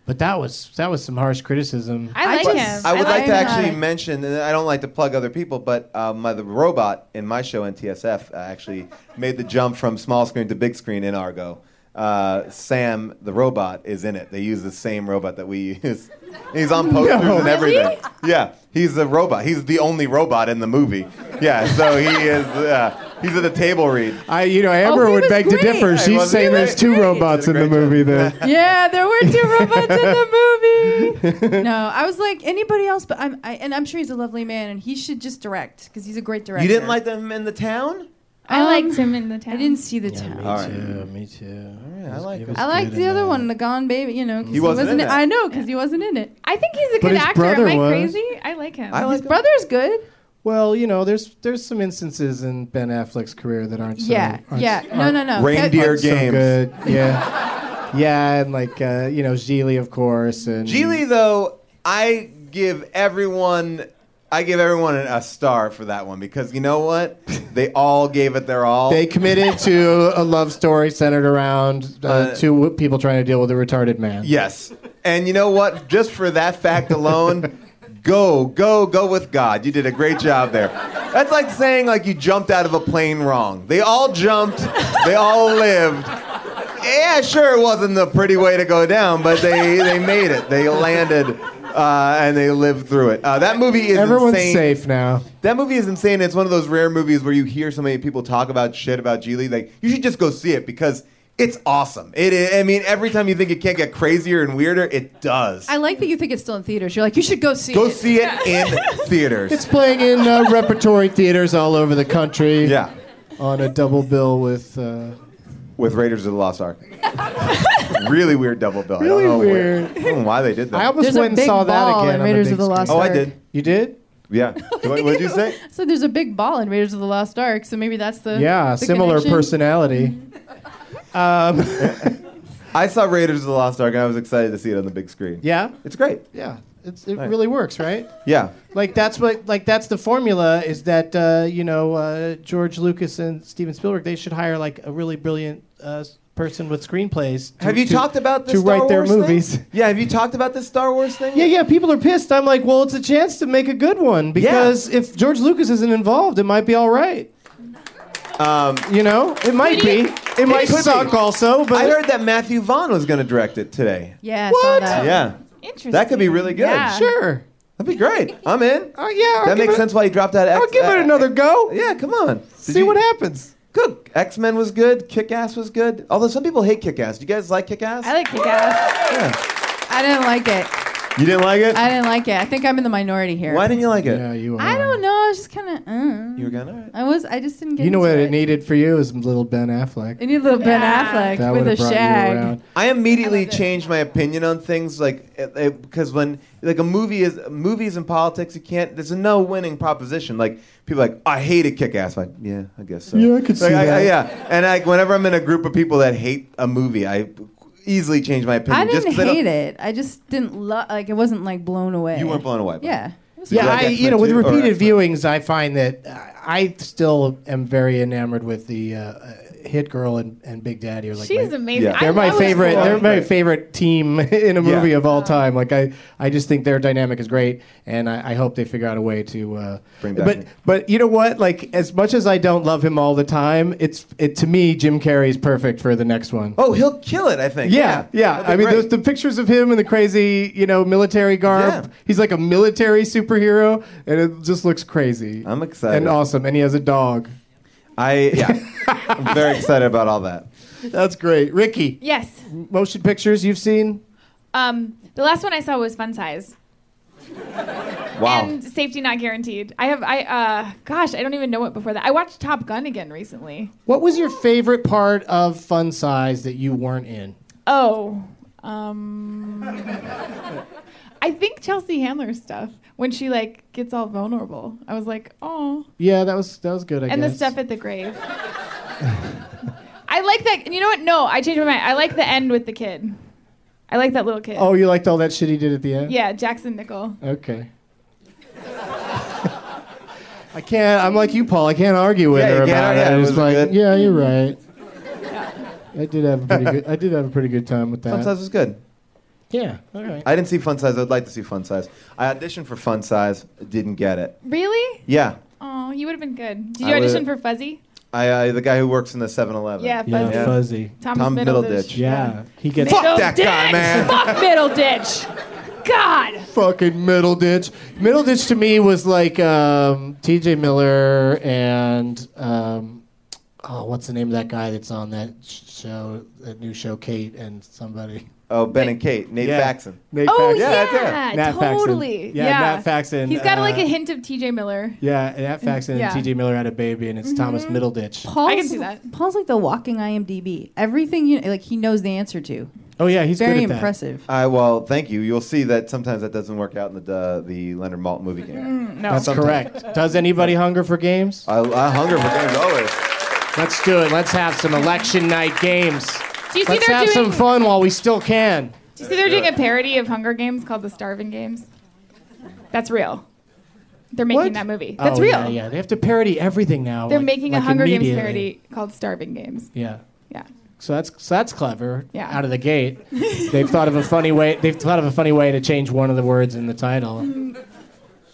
[SPEAKER 2] But that was that was some harsh criticism.
[SPEAKER 5] I like
[SPEAKER 3] just-
[SPEAKER 5] him.
[SPEAKER 4] I would
[SPEAKER 3] I
[SPEAKER 4] like to
[SPEAKER 3] like
[SPEAKER 4] actually
[SPEAKER 3] that.
[SPEAKER 4] mention, and I don't like to plug other people, but uh, my, the robot in my show NTSF uh, actually made the jump from small screen to big screen in Argo. Uh, Sam, the robot, is in it. They use the same robot that we use. He's on posters and everything. Yeah, he's the robot. He's the only robot in the movie. Yeah, so he is. Uh, he's at the table read.
[SPEAKER 2] I, you know, Amber
[SPEAKER 3] Oh, he
[SPEAKER 2] would
[SPEAKER 3] was
[SPEAKER 2] beg to
[SPEAKER 3] great.
[SPEAKER 2] differ.
[SPEAKER 3] He
[SPEAKER 2] She's
[SPEAKER 4] was
[SPEAKER 2] saying
[SPEAKER 4] great.
[SPEAKER 2] there's two
[SPEAKER 3] He
[SPEAKER 2] robots in
[SPEAKER 4] did a
[SPEAKER 2] the
[SPEAKER 4] great
[SPEAKER 2] movie. Then
[SPEAKER 3] Yeah, there were two robots in the movie. No, I was like anybody else, but I'm I, and I'm sure he's a lovely man, and he should just direct because he's a great director.
[SPEAKER 4] You didn't like them in the town?
[SPEAKER 5] I liked him in the town.
[SPEAKER 3] I didn't see the town.
[SPEAKER 4] All right.
[SPEAKER 2] too, me too.
[SPEAKER 4] Yeah, I like him.
[SPEAKER 3] I liked the other one, the Gone Baby. You know, 'cause he
[SPEAKER 4] wasn't in that.
[SPEAKER 3] I know, because he wasn't in it.
[SPEAKER 5] I think he's a good
[SPEAKER 2] his
[SPEAKER 5] actor.
[SPEAKER 2] brother
[SPEAKER 5] Am I
[SPEAKER 2] was.
[SPEAKER 5] crazy? I like him.
[SPEAKER 4] I
[SPEAKER 3] His
[SPEAKER 4] like
[SPEAKER 3] brother's good.
[SPEAKER 2] Well, you know, there's there's some instances in Ben Affleck's career that aren't so
[SPEAKER 3] yeah,
[SPEAKER 2] aren't,
[SPEAKER 3] yeah. No, no, no.
[SPEAKER 4] Reindeer
[SPEAKER 2] aren't so
[SPEAKER 4] games.
[SPEAKER 2] good. Yeah, yeah, and like uh, you know, Gigli, of course, and
[SPEAKER 4] Geely, though, I give everyone, I give everyone a star for that one because you know what? They all gave it their all.
[SPEAKER 2] They committed to a love story centered around uh, two w- people trying to deal with a retarded man.
[SPEAKER 4] yes, and you know what? Just for that fact alone, go, go, go with God. You did a great job there. That's like saying like you jumped out of a plane wrong. They all jumped. They all lived. Yeah, sure, it wasn't the pretty way to go down, but they they made it. They landed. Uh, and they lived through it. Uh, that movie is
[SPEAKER 2] Everyone's
[SPEAKER 4] insane.
[SPEAKER 2] safe now.
[SPEAKER 4] That movie is insane. It's one of those rare movies where you hear so many people talk about shit about Geely. Like, you should just go see it because it's awesome. It, I I mean, every time you think it can't get crazier and weirder, it does.
[SPEAKER 3] I like that you think it's still in theaters. You're like, you should go see
[SPEAKER 4] go
[SPEAKER 3] it.
[SPEAKER 4] see it in theaters.
[SPEAKER 2] It's playing in uh, repertory theaters all over the country.
[SPEAKER 4] yeah,
[SPEAKER 2] on a double bill with. Uh,
[SPEAKER 4] with Raiders of the Lost Ark. really weird double bill. I
[SPEAKER 2] Really
[SPEAKER 4] don't know where-
[SPEAKER 2] weird.
[SPEAKER 4] I don't know why they did that.
[SPEAKER 2] I almost
[SPEAKER 3] There's a
[SPEAKER 2] went and
[SPEAKER 3] big
[SPEAKER 2] saw that
[SPEAKER 3] ball
[SPEAKER 2] again. on
[SPEAKER 3] in
[SPEAKER 2] the
[SPEAKER 3] Raiders
[SPEAKER 2] big
[SPEAKER 3] of the Lost
[SPEAKER 2] screen.
[SPEAKER 4] oh, I
[SPEAKER 3] Ark.
[SPEAKER 4] did.
[SPEAKER 2] You did?
[SPEAKER 4] Yeah. What did you say?
[SPEAKER 3] So there's a big ball in Raiders of the Lost Ark. So maybe that's the
[SPEAKER 2] Yeah,
[SPEAKER 3] the
[SPEAKER 2] similar
[SPEAKER 3] connection. Mm-hmm.
[SPEAKER 2] personality. Um,
[SPEAKER 4] I saw Raiders of the Lost Ark and I was excited to see it on the big screen.
[SPEAKER 2] yeah,
[SPEAKER 4] It's great.
[SPEAKER 2] yeah. It's, it really works, right?
[SPEAKER 4] Yeah.
[SPEAKER 2] Like that's what like that's the formula is that uh, you know uh, George Lucas and Steven Spielberg they should hire like a really brilliant uh, s- person with screenplays. To,
[SPEAKER 4] Have you
[SPEAKER 2] to-
[SPEAKER 4] talked about this
[SPEAKER 2] to
[SPEAKER 4] Star
[SPEAKER 2] write their
[SPEAKER 4] Wars thing?
[SPEAKER 2] movies?
[SPEAKER 4] Yeah, have you talked about this Star Wars thing?
[SPEAKER 2] Yeah, yeah. People are pissed. I'm like, well, it's a chance to make a good one because if George Lucas isn't involved, it might be all right. Um, you know, it might be. It might
[SPEAKER 4] could be.
[SPEAKER 2] suck also, but
[SPEAKER 4] I heard that Matthew Vaughn was going to direct it today.
[SPEAKER 3] Yeah. I
[SPEAKER 2] What?
[SPEAKER 3] Saw that.
[SPEAKER 4] Yeah.
[SPEAKER 5] Interesting.
[SPEAKER 4] That could be really good.
[SPEAKER 5] Yeah.
[SPEAKER 2] sure.
[SPEAKER 4] That'd be great. I'm in.
[SPEAKER 2] Oh yeah, I'll give
[SPEAKER 4] that makes
[SPEAKER 2] it-
[SPEAKER 4] sense why he dropped out of X.
[SPEAKER 2] I'll give
[SPEAKER 4] uh,
[SPEAKER 2] it another go.
[SPEAKER 4] Yeah, come on. Did
[SPEAKER 2] See
[SPEAKER 4] you-
[SPEAKER 2] what happens.
[SPEAKER 4] Good. X Men was good. Kick Ass was good. Although some people hate Kick Ass. Do you guys like Kick Ass?
[SPEAKER 5] I like Kick Ass.
[SPEAKER 3] I didn't like it.
[SPEAKER 4] you didn't like it?
[SPEAKER 3] I didn't like it. I think I'm in the minority here.
[SPEAKER 4] why didn't you like it?
[SPEAKER 2] Yeah, you are.
[SPEAKER 3] I don't know. I was just kind of. Uh,
[SPEAKER 4] You were going, all right.
[SPEAKER 3] I was. I just didn't get.
[SPEAKER 2] You know
[SPEAKER 3] into
[SPEAKER 2] what
[SPEAKER 3] it.
[SPEAKER 2] it needed for you is little Ben Affleck.
[SPEAKER 3] I need a little Ben Affleck
[SPEAKER 2] That would
[SPEAKER 3] with a
[SPEAKER 2] have brought
[SPEAKER 3] shag.
[SPEAKER 2] you around.
[SPEAKER 4] I immediately changed my opinion on things, like because when like a movie is movies and politics, you can't. There's a no winning proposition. Like people are like I hate a kick ass. Like yeah, I guess so.
[SPEAKER 2] Yeah, I could
[SPEAKER 4] Like,
[SPEAKER 2] see that.
[SPEAKER 4] yeah, and like whenever I'm in a group of people that hate a movie, I easily change my opinion.
[SPEAKER 3] I didn't
[SPEAKER 4] 'cause I don't-
[SPEAKER 3] hate it. I just didn't love. Like it wasn't like blown away.
[SPEAKER 4] You weren't blown away. by it.
[SPEAKER 3] Yeah. It was
[SPEAKER 4] Did
[SPEAKER 2] Yeah,
[SPEAKER 4] like
[SPEAKER 2] I, you
[SPEAKER 4] X-Men
[SPEAKER 2] know, with
[SPEAKER 4] too? Or
[SPEAKER 2] repeated
[SPEAKER 4] X-Men?
[SPEAKER 2] viewings, I find that uh, I still am very enamored with the uh, uh, Hit Girl and, and Big Daddy are like
[SPEAKER 5] She's
[SPEAKER 2] my,
[SPEAKER 5] amazing.
[SPEAKER 4] Yeah.
[SPEAKER 5] I
[SPEAKER 2] they're my
[SPEAKER 5] love
[SPEAKER 2] favorite.
[SPEAKER 5] her.
[SPEAKER 2] They're my favorite team in a
[SPEAKER 4] Yeah.
[SPEAKER 2] movie of all time. Like I, I just think their dynamic is great, and I, I hope they figure out a way to uh,
[SPEAKER 4] Bring back
[SPEAKER 2] But
[SPEAKER 4] Nick.
[SPEAKER 2] but you know what? Like as much as I don't love him all the time, it's it to me Jim Carrey's perfect for the next one.
[SPEAKER 4] Oh, he'll kill it, I think.
[SPEAKER 2] Yeah, yeah.
[SPEAKER 4] That'd be
[SPEAKER 2] I mean,
[SPEAKER 4] great.
[SPEAKER 2] those, the pictures of him in the crazy, you know, military garb.
[SPEAKER 4] Yeah.
[SPEAKER 2] He's like a military superhero, and it just looks crazy.
[SPEAKER 4] I'm excited.
[SPEAKER 2] and awesome. And he has a dog.
[SPEAKER 4] I yeah. I'm very excited about all that.
[SPEAKER 2] That's great, Ricky.
[SPEAKER 5] Yes.
[SPEAKER 2] Motion pictures you've seen?
[SPEAKER 5] Um, the last one I saw was Fun Size.
[SPEAKER 4] Wow.
[SPEAKER 5] And Safety Not Guaranteed. I have I uh gosh, I don't even know what before that. I watched Top Gun again recently.
[SPEAKER 2] What was your favorite part of Fun Size that you weren't in?
[SPEAKER 5] Oh. Um I think Chelsea Handler stuff when she like gets all vulnerable. I was like, "Oh."
[SPEAKER 2] Yeah, that was that was good. I
[SPEAKER 5] and
[SPEAKER 2] guess.
[SPEAKER 5] the stuff at the grave. I like that. You know what? No, I changed my mind. I like the end with the kid. I like that little kid.
[SPEAKER 2] oh, you liked all that shit he did at the end.
[SPEAKER 5] Yeah, Jackson Nickel.
[SPEAKER 2] Okay. I can't. I'm like you, Paul. I can't argue with
[SPEAKER 4] Yeah,
[SPEAKER 2] her
[SPEAKER 4] you can't
[SPEAKER 2] about
[SPEAKER 4] argue.
[SPEAKER 2] it.
[SPEAKER 4] It
[SPEAKER 2] It's
[SPEAKER 4] was
[SPEAKER 2] like,
[SPEAKER 4] good.
[SPEAKER 2] yeah, you're right. I did have a pretty good. I did have a pretty good time with that.
[SPEAKER 4] Fun size was good.
[SPEAKER 2] Yeah. All right.
[SPEAKER 4] I didn't see Fun Size. I'd like to see Fun Size. I auditioned for Fun Size, didn't get it.
[SPEAKER 5] Really?
[SPEAKER 4] Yeah,
[SPEAKER 5] Oh, you would have been good. Did
[SPEAKER 4] I
[SPEAKER 5] you audition for
[SPEAKER 4] would've-
[SPEAKER 5] Fuzzy?
[SPEAKER 4] I uh, the guy who works in the 7-Eleven.
[SPEAKER 5] Yeah, Fuzzy.
[SPEAKER 2] yeah,
[SPEAKER 4] Yeah.
[SPEAKER 2] fuzzy.
[SPEAKER 5] Thomas
[SPEAKER 4] Tom
[SPEAKER 5] Middleditch.
[SPEAKER 4] Middleditch.
[SPEAKER 2] Yeah, he gets
[SPEAKER 4] Fuck that guy, man.
[SPEAKER 5] Fuck Middleditch. God.
[SPEAKER 2] fucking middle ditch. Middle ditch to me was like um, T.J. Miller and um, oh, what's the name of that guy that's on that sh- show, that new show, Kate and somebody.
[SPEAKER 4] Oh, Ben and Kate, Nate Faxon.
[SPEAKER 2] Nate
[SPEAKER 5] Oh
[SPEAKER 2] Faxon.
[SPEAKER 4] Yeah,
[SPEAKER 5] yeah,
[SPEAKER 4] that's it.
[SPEAKER 2] Nat Faxon.
[SPEAKER 5] totally.
[SPEAKER 2] Yeah, Nat Faxon,
[SPEAKER 5] He's got
[SPEAKER 2] uh,
[SPEAKER 5] like a hint of T.J. Miller.
[SPEAKER 2] Yeah, and that Faxon
[SPEAKER 5] Yeah. Mm-hmm.
[SPEAKER 2] and T.J. Miller had a baby, and it's Thomas Middleditch.
[SPEAKER 3] Paul's,
[SPEAKER 5] I can do that.
[SPEAKER 3] Paul's like the walking IMDb. Everything you like, he knows the answer to.
[SPEAKER 2] Oh yeah, he's
[SPEAKER 3] Very
[SPEAKER 2] good at that. Uh,
[SPEAKER 3] impressive.
[SPEAKER 4] I well, thank you. You'll see that sometimes that doesn't work out in the uh, the Leonard Malt movie game.
[SPEAKER 5] No.
[SPEAKER 2] That's correct. Does anybody hunger for games?
[SPEAKER 4] I, I hunger for games always.
[SPEAKER 2] Let's do it. Let's have some election night games.
[SPEAKER 5] Do you see
[SPEAKER 2] Let's
[SPEAKER 5] they're
[SPEAKER 2] have
[SPEAKER 5] doing?
[SPEAKER 2] some fun while we still can.
[SPEAKER 5] do you see they're doing a parody of Hunger Games called The Starving Games? That's real. They're making
[SPEAKER 2] What?
[SPEAKER 5] that movie. That's
[SPEAKER 2] Oh,
[SPEAKER 5] real.
[SPEAKER 2] Yeah, yeah, they have to parody everything now.
[SPEAKER 5] They're
[SPEAKER 2] like-
[SPEAKER 5] making
[SPEAKER 2] like
[SPEAKER 5] a Hunger Games
[SPEAKER 2] immediately.
[SPEAKER 5] parody called Starving Games.
[SPEAKER 2] Yeah.
[SPEAKER 5] Yeah.
[SPEAKER 2] So that's so that's clever.
[SPEAKER 5] Yeah.
[SPEAKER 2] Out of the gate, they've thought of a funny way. They've thought of a funny way to change one of the words in the title.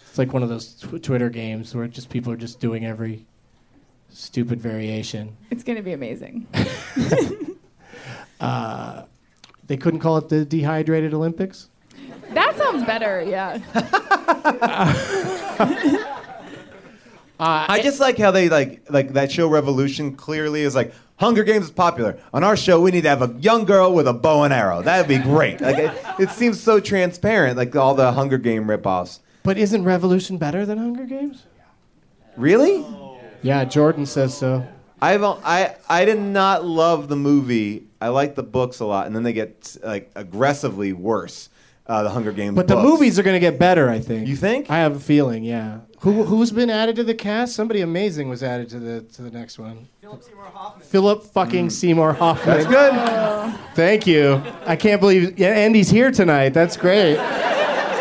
[SPEAKER 2] It's like one of those tw- Twitter games where just people are just doing every stupid variation.
[SPEAKER 5] It's going to be amazing.
[SPEAKER 2] They couldn't call it the dehydrated Olympics.
[SPEAKER 5] that sounds better. Yeah.
[SPEAKER 4] I just like how they like like that show Revolution clearly is like Hunger Games is popular. On our show, we need to have a young girl with a bow and arrow. That'd be great. Like it, it seems so transparent, like all the Hunger Game ripoffs.
[SPEAKER 2] But isn't Revolution better than Hunger Games?
[SPEAKER 4] Really?
[SPEAKER 2] Yeah, Jordan says so.
[SPEAKER 4] I've on- I I did not love the movie. I liked the books a lot, and then they get like aggressively worse. Uh, the Hunger Games.
[SPEAKER 2] But the
[SPEAKER 4] books.
[SPEAKER 2] movies are going to get better, I think.
[SPEAKER 4] You think?
[SPEAKER 2] I have a feeling, yeah. Who who's been added to the cast? Somebody amazing was added to the to the next one. Philip Seymour Hoffman. Philip fucking Seymour Hoffman.
[SPEAKER 4] That's good.
[SPEAKER 2] Thank you. I can't believe yeah, Andy's here tonight. That's great.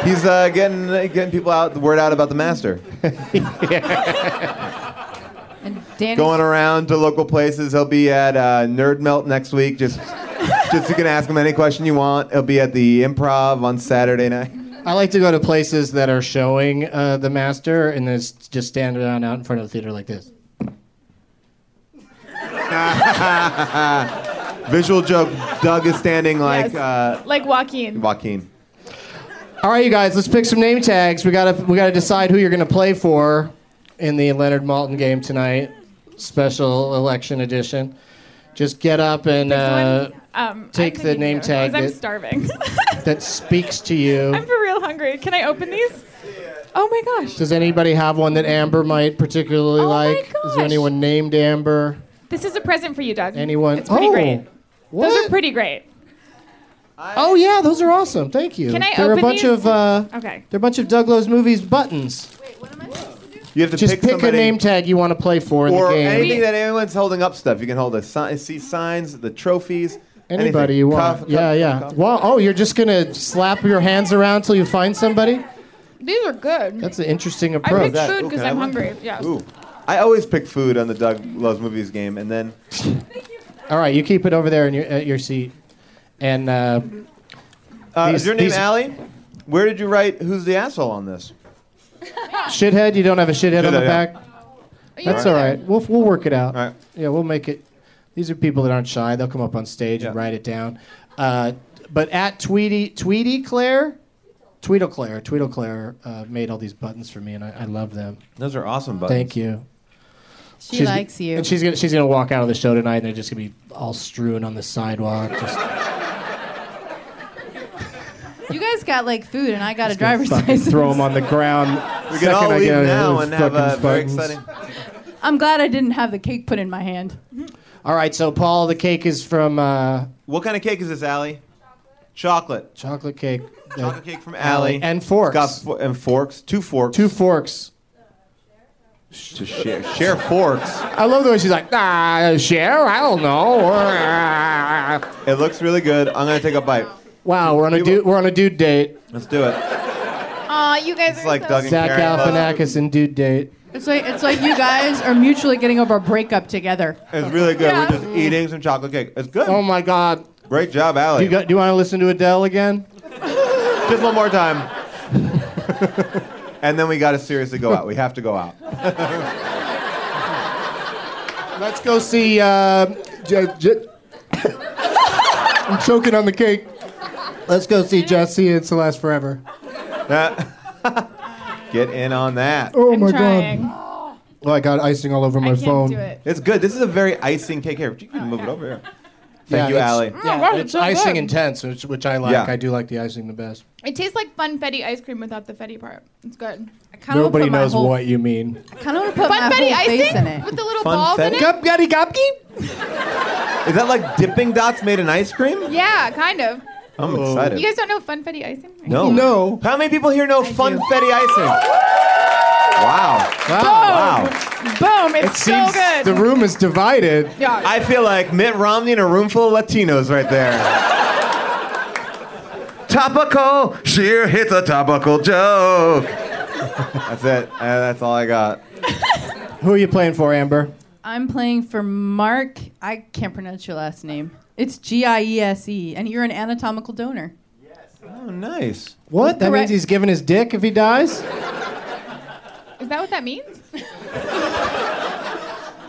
[SPEAKER 4] He's uh, getting getting people out the word out about the master.
[SPEAKER 3] And Danny,
[SPEAKER 4] Going around to local places. He'll be at uh, Nerd Melt next week. Just just you can ask him any question you want. He'll be at the Improv on Saturday night.
[SPEAKER 2] I like to go to places that are showing uh, the master and then s- just stand around out in front of the theater like this.
[SPEAKER 4] Visual joke. Doug is standing like
[SPEAKER 5] Yes.
[SPEAKER 4] uh,
[SPEAKER 5] like Joaquin.
[SPEAKER 4] Joaquin.
[SPEAKER 2] All right, you guys, let's pick some name tags. We gotta we gotta decide who you're gonna play for in the Leonard Malton game tonight, special election edition. Just get up and uh,
[SPEAKER 5] um,
[SPEAKER 2] take
[SPEAKER 5] I'm
[SPEAKER 2] the
[SPEAKER 5] thinking
[SPEAKER 2] name
[SPEAKER 5] of those.
[SPEAKER 2] tag
[SPEAKER 5] I'm
[SPEAKER 2] that-
[SPEAKER 5] starving.
[SPEAKER 2] that speaks to you.
[SPEAKER 5] I'm for real hungry. Can I open these? Oh my gosh.
[SPEAKER 2] Does anybody have one that Amber might particularly
[SPEAKER 5] Oh my
[SPEAKER 2] like? Is there
[SPEAKER 5] gosh.
[SPEAKER 2] anyone named Amber?
[SPEAKER 5] This is a present for you, Doug.
[SPEAKER 2] Anyone?
[SPEAKER 5] It's pretty
[SPEAKER 2] oh,
[SPEAKER 5] great.
[SPEAKER 2] What?
[SPEAKER 5] Those are pretty great.
[SPEAKER 2] Oh yeah, those are awesome. Thank you.
[SPEAKER 5] Can I
[SPEAKER 2] They're a
[SPEAKER 5] open
[SPEAKER 2] bunch
[SPEAKER 5] these?
[SPEAKER 2] of uh,
[SPEAKER 5] Okay.
[SPEAKER 2] they're a bunch of Doug Lowe's movies buttons.
[SPEAKER 4] You have to
[SPEAKER 2] Just
[SPEAKER 4] pick,
[SPEAKER 2] pick, a
[SPEAKER 4] somebody-
[SPEAKER 2] name tag you want to play for in
[SPEAKER 4] or
[SPEAKER 2] the game.
[SPEAKER 4] anything that anyone's holding up stuff. You can hold the si- see signs, the trophies.
[SPEAKER 2] Anybody
[SPEAKER 4] anything.
[SPEAKER 2] you want.
[SPEAKER 4] Cuff, cuff,
[SPEAKER 2] yeah,
[SPEAKER 4] cuff,
[SPEAKER 2] yeah.
[SPEAKER 4] cuff.
[SPEAKER 2] Wow. Oh, you're just going to slap your hands around till you find somebody?
[SPEAKER 5] These are good.
[SPEAKER 2] That's an interesting
[SPEAKER 5] I
[SPEAKER 2] approach.
[SPEAKER 5] picked food
[SPEAKER 4] Ooh,
[SPEAKER 5] because
[SPEAKER 4] can I
[SPEAKER 5] I'm
[SPEAKER 4] have one?
[SPEAKER 5] hungry. Yeah.
[SPEAKER 4] Ooh. I always pick food on the Doug Loves Movies game, and then
[SPEAKER 2] All right, you keep it over there in your, at your seat. And uh,
[SPEAKER 4] uh,
[SPEAKER 2] These-
[SPEAKER 4] is your name
[SPEAKER 2] these-
[SPEAKER 4] Allie? Where did you write "Who's the asshole" on this?
[SPEAKER 2] shithead, you don't have a shithead on the
[SPEAKER 4] Shithead, yeah.
[SPEAKER 2] back? That's all right. We'll, we'll work it out.
[SPEAKER 4] All right.
[SPEAKER 2] Yeah, we'll make it. These are people that aren't shy. They'll come up on stage and
[SPEAKER 4] Yeah.
[SPEAKER 2] write it down. Uh, but at Tweety, Tweety Claire, Tweedle Claire, Tweedle Claire uh, made all these buttons for me, and I, I love them.
[SPEAKER 4] Those are awesome buttons.
[SPEAKER 2] Thank you.
[SPEAKER 3] She
[SPEAKER 2] She's-
[SPEAKER 3] likes you.
[SPEAKER 2] And she's gonna she's gonna walk out of the show tonight, and they're just gonna be all strewn on the sidewalk. Just
[SPEAKER 3] you guys got like food, and I got a
[SPEAKER 2] gonna
[SPEAKER 3] driver's
[SPEAKER 2] fucking
[SPEAKER 3] license.
[SPEAKER 2] throw them on the ground.
[SPEAKER 4] We can all leave now and have a
[SPEAKER 2] a
[SPEAKER 4] very exciting.
[SPEAKER 3] I'm glad I didn't have the cake put in my hand.
[SPEAKER 2] All right, so Paul, the cake is from uh,
[SPEAKER 4] What kind of cake is this, Allie? Chocolate.
[SPEAKER 2] chocolate cake. uh,
[SPEAKER 4] Chocolate cake from Allie.
[SPEAKER 2] And forks.
[SPEAKER 4] Got fo- and forks. Two forks.
[SPEAKER 2] Two forks.
[SPEAKER 4] to share. Share forks.
[SPEAKER 2] I love the way she's like, ah, share. I don't know.
[SPEAKER 4] It looks really good. I'm gonna take a bite.
[SPEAKER 2] Wow, we're on a
[SPEAKER 4] People-
[SPEAKER 2] dude. We're on a dude date.
[SPEAKER 4] Let's do it.
[SPEAKER 5] Aw, you guys
[SPEAKER 4] It's
[SPEAKER 5] are
[SPEAKER 4] like
[SPEAKER 5] so
[SPEAKER 4] Doug and
[SPEAKER 2] Zach
[SPEAKER 4] Karen love it.
[SPEAKER 2] Galifianakis and dude date.
[SPEAKER 3] It's like it's like you guys are mutually getting over a breakup together.
[SPEAKER 4] It's really good. We're just eating some chocolate cake. It's good.
[SPEAKER 2] Oh my God.
[SPEAKER 4] Great job, Allie.
[SPEAKER 2] You got, do you want to listen to Adele again?
[SPEAKER 4] just one more time. and then we gotta seriously go out. We have to go out.
[SPEAKER 2] Let's go see. Uh, J- J- I'm choking on the cake. Let's go see Jesse and Celeste forever.
[SPEAKER 4] Uh, Get in on that.
[SPEAKER 2] Oh
[SPEAKER 5] I'm
[SPEAKER 2] my
[SPEAKER 5] trying.
[SPEAKER 2] God. Oh, I got icing all over my
[SPEAKER 5] I can't
[SPEAKER 2] phone.
[SPEAKER 5] do it.
[SPEAKER 4] It's good. This is a very icing cake here. You can move it over here. Thank you,
[SPEAKER 2] it's-
[SPEAKER 4] Allie.
[SPEAKER 2] Yeah,
[SPEAKER 5] wow,
[SPEAKER 2] it's
[SPEAKER 5] Oh it's so
[SPEAKER 2] icing
[SPEAKER 5] good.
[SPEAKER 2] intense, which, which I like.
[SPEAKER 4] Yeah.
[SPEAKER 2] I do like the icing the best.
[SPEAKER 5] It tastes like funfetti ice cream without the fetty part. It's good.
[SPEAKER 3] I kinda wanna put my whole-
[SPEAKER 2] you mean.
[SPEAKER 3] I kind of want to put my
[SPEAKER 5] Funfetti
[SPEAKER 3] whole face
[SPEAKER 5] icing
[SPEAKER 3] in it.
[SPEAKER 5] with the little balls in it.
[SPEAKER 4] Funfetti?
[SPEAKER 2] Gubgutty gubgy.
[SPEAKER 4] Is that like dipping dots made in ice cream?
[SPEAKER 5] Yeah, kind of.
[SPEAKER 4] I'm excited.
[SPEAKER 5] You guys don't know funfetti icing?
[SPEAKER 4] no.
[SPEAKER 2] No.
[SPEAKER 4] How many people here know funfetti icing? Wow. Wow.
[SPEAKER 5] Boom! It's so good.
[SPEAKER 2] the room is divided.
[SPEAKER 5] yeah.
[SPEAKER 4] I feel like Mitt Romney in a room full of Latinos right there. topical. Sheer hits a topical joke. that's it. Uh, that's all I got.
[SPEAKER 2] Who are you playing for, Amber?
[SPEAKER 3] I'm playing for Mark. I can't pronounce your last name. It's G I E S E, and you're an anatomical donor.
[SPEAKER 4] Oh, nice.
[SPEAKER 2] What? That means
[SPEAKER 3] Correct.
[SPEAKER 2] he's giving his dick if he dies?
[SPEAKER 5] Is that what that means?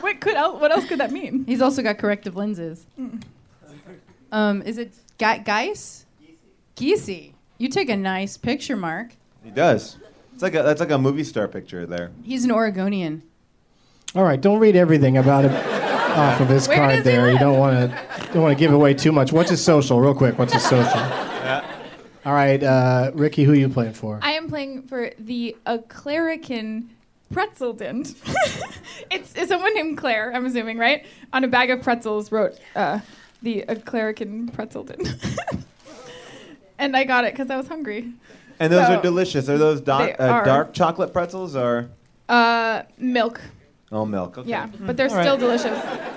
[SPEAKER 5] what could el- what else could that mean?
[SPEAKER 3] He's also got corrective lenses. Um, is it Ge- Geis? Giese. You take a nice picture, Mark.
[SPEAKER 4] He does. It's like a, that's like a movie star picture there.
[SPEAKER 3] He's an Oregonian.
[SPEAKER 2] All right, don't read everything about him off of his
[SPEAKER 5] Where
[SPEAKER 2] card
[SPEAKER 5] does he
[SPEAKER 2] there. You
[SPEAKER 5] live?
[SPEAKER 2] don't want to don't want to give away too much. What's his social, real quick? What's his social? All right, uh, Ricky, who are you playing for?
[SPEAKER 5] I am playing for the Aclerican Pretzeldent. it's, it's someone named Claire, I'm assuming, right? On a bag of pretzels wrote uh, the Aclerican Pretzeldent. and I got it because I was hungry.
[SPEAKER 4] And those
[SPEAKER 5] So-
[SPEAKER 4] are delicious. Are those do-
[SPEAKER 5] They
[SPEAKER 4] uh,
[SPEAKER 5] are.
[SPEAKER 4] dark chocolate pretzels or
[SPEAKER 5] Uh, milk,
[SPEAKER 4] oh milk? Okay.
[SPEAKER 5] yeah, but they're still delicious.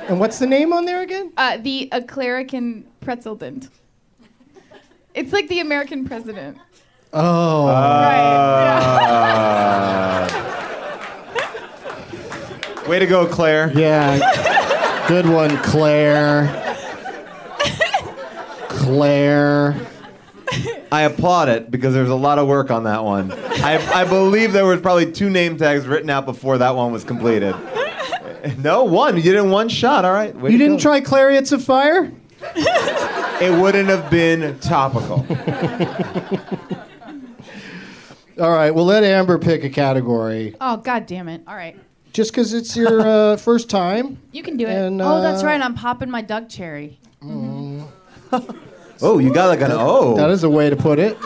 [SPEAKER 2] and what's the name on there again?
[SPEAKER 5] Uh, the Aclerican Pretzeldent. It's like the American president.
[SPEAKER 2] Oh,
[SPEAKER 5] uh,
[SPEAKER 4] Uh, Way to go, Claire.
[SPEAKER 2] yeah, good one, Claire. Claire.
[SPEAKER 4] I applaud it because there's a lot of work on that one. I, I believe there was probably two name tags written out before that one was completed. No, one. You did it in one shot. All right. Way
[SPEAKER 2] You
[SPEAKER 4] to
[SPEAKER 2] didn't
[SPEAKER 4] go.
[SPEAKER 2] try Clariots of Fire?
[SPEAKER 4] It wouldn't have been topical.
[SPEAKER 2] All right, we'll let Amber pick a category.
[SPEAKER 3] Oh, god damn it. All right.
[SPEAKER 2] Just because it's your uh, first time.
[SPEAKER 5] You can do it.
[SPEAKER 2] And, uh,
[SPEAKER 3] oh, that's right. I'm popping my duck cherry.
[SPEAKER 4] Oh, you got like an oh.
[SPEAKER 2] That is a way to put it.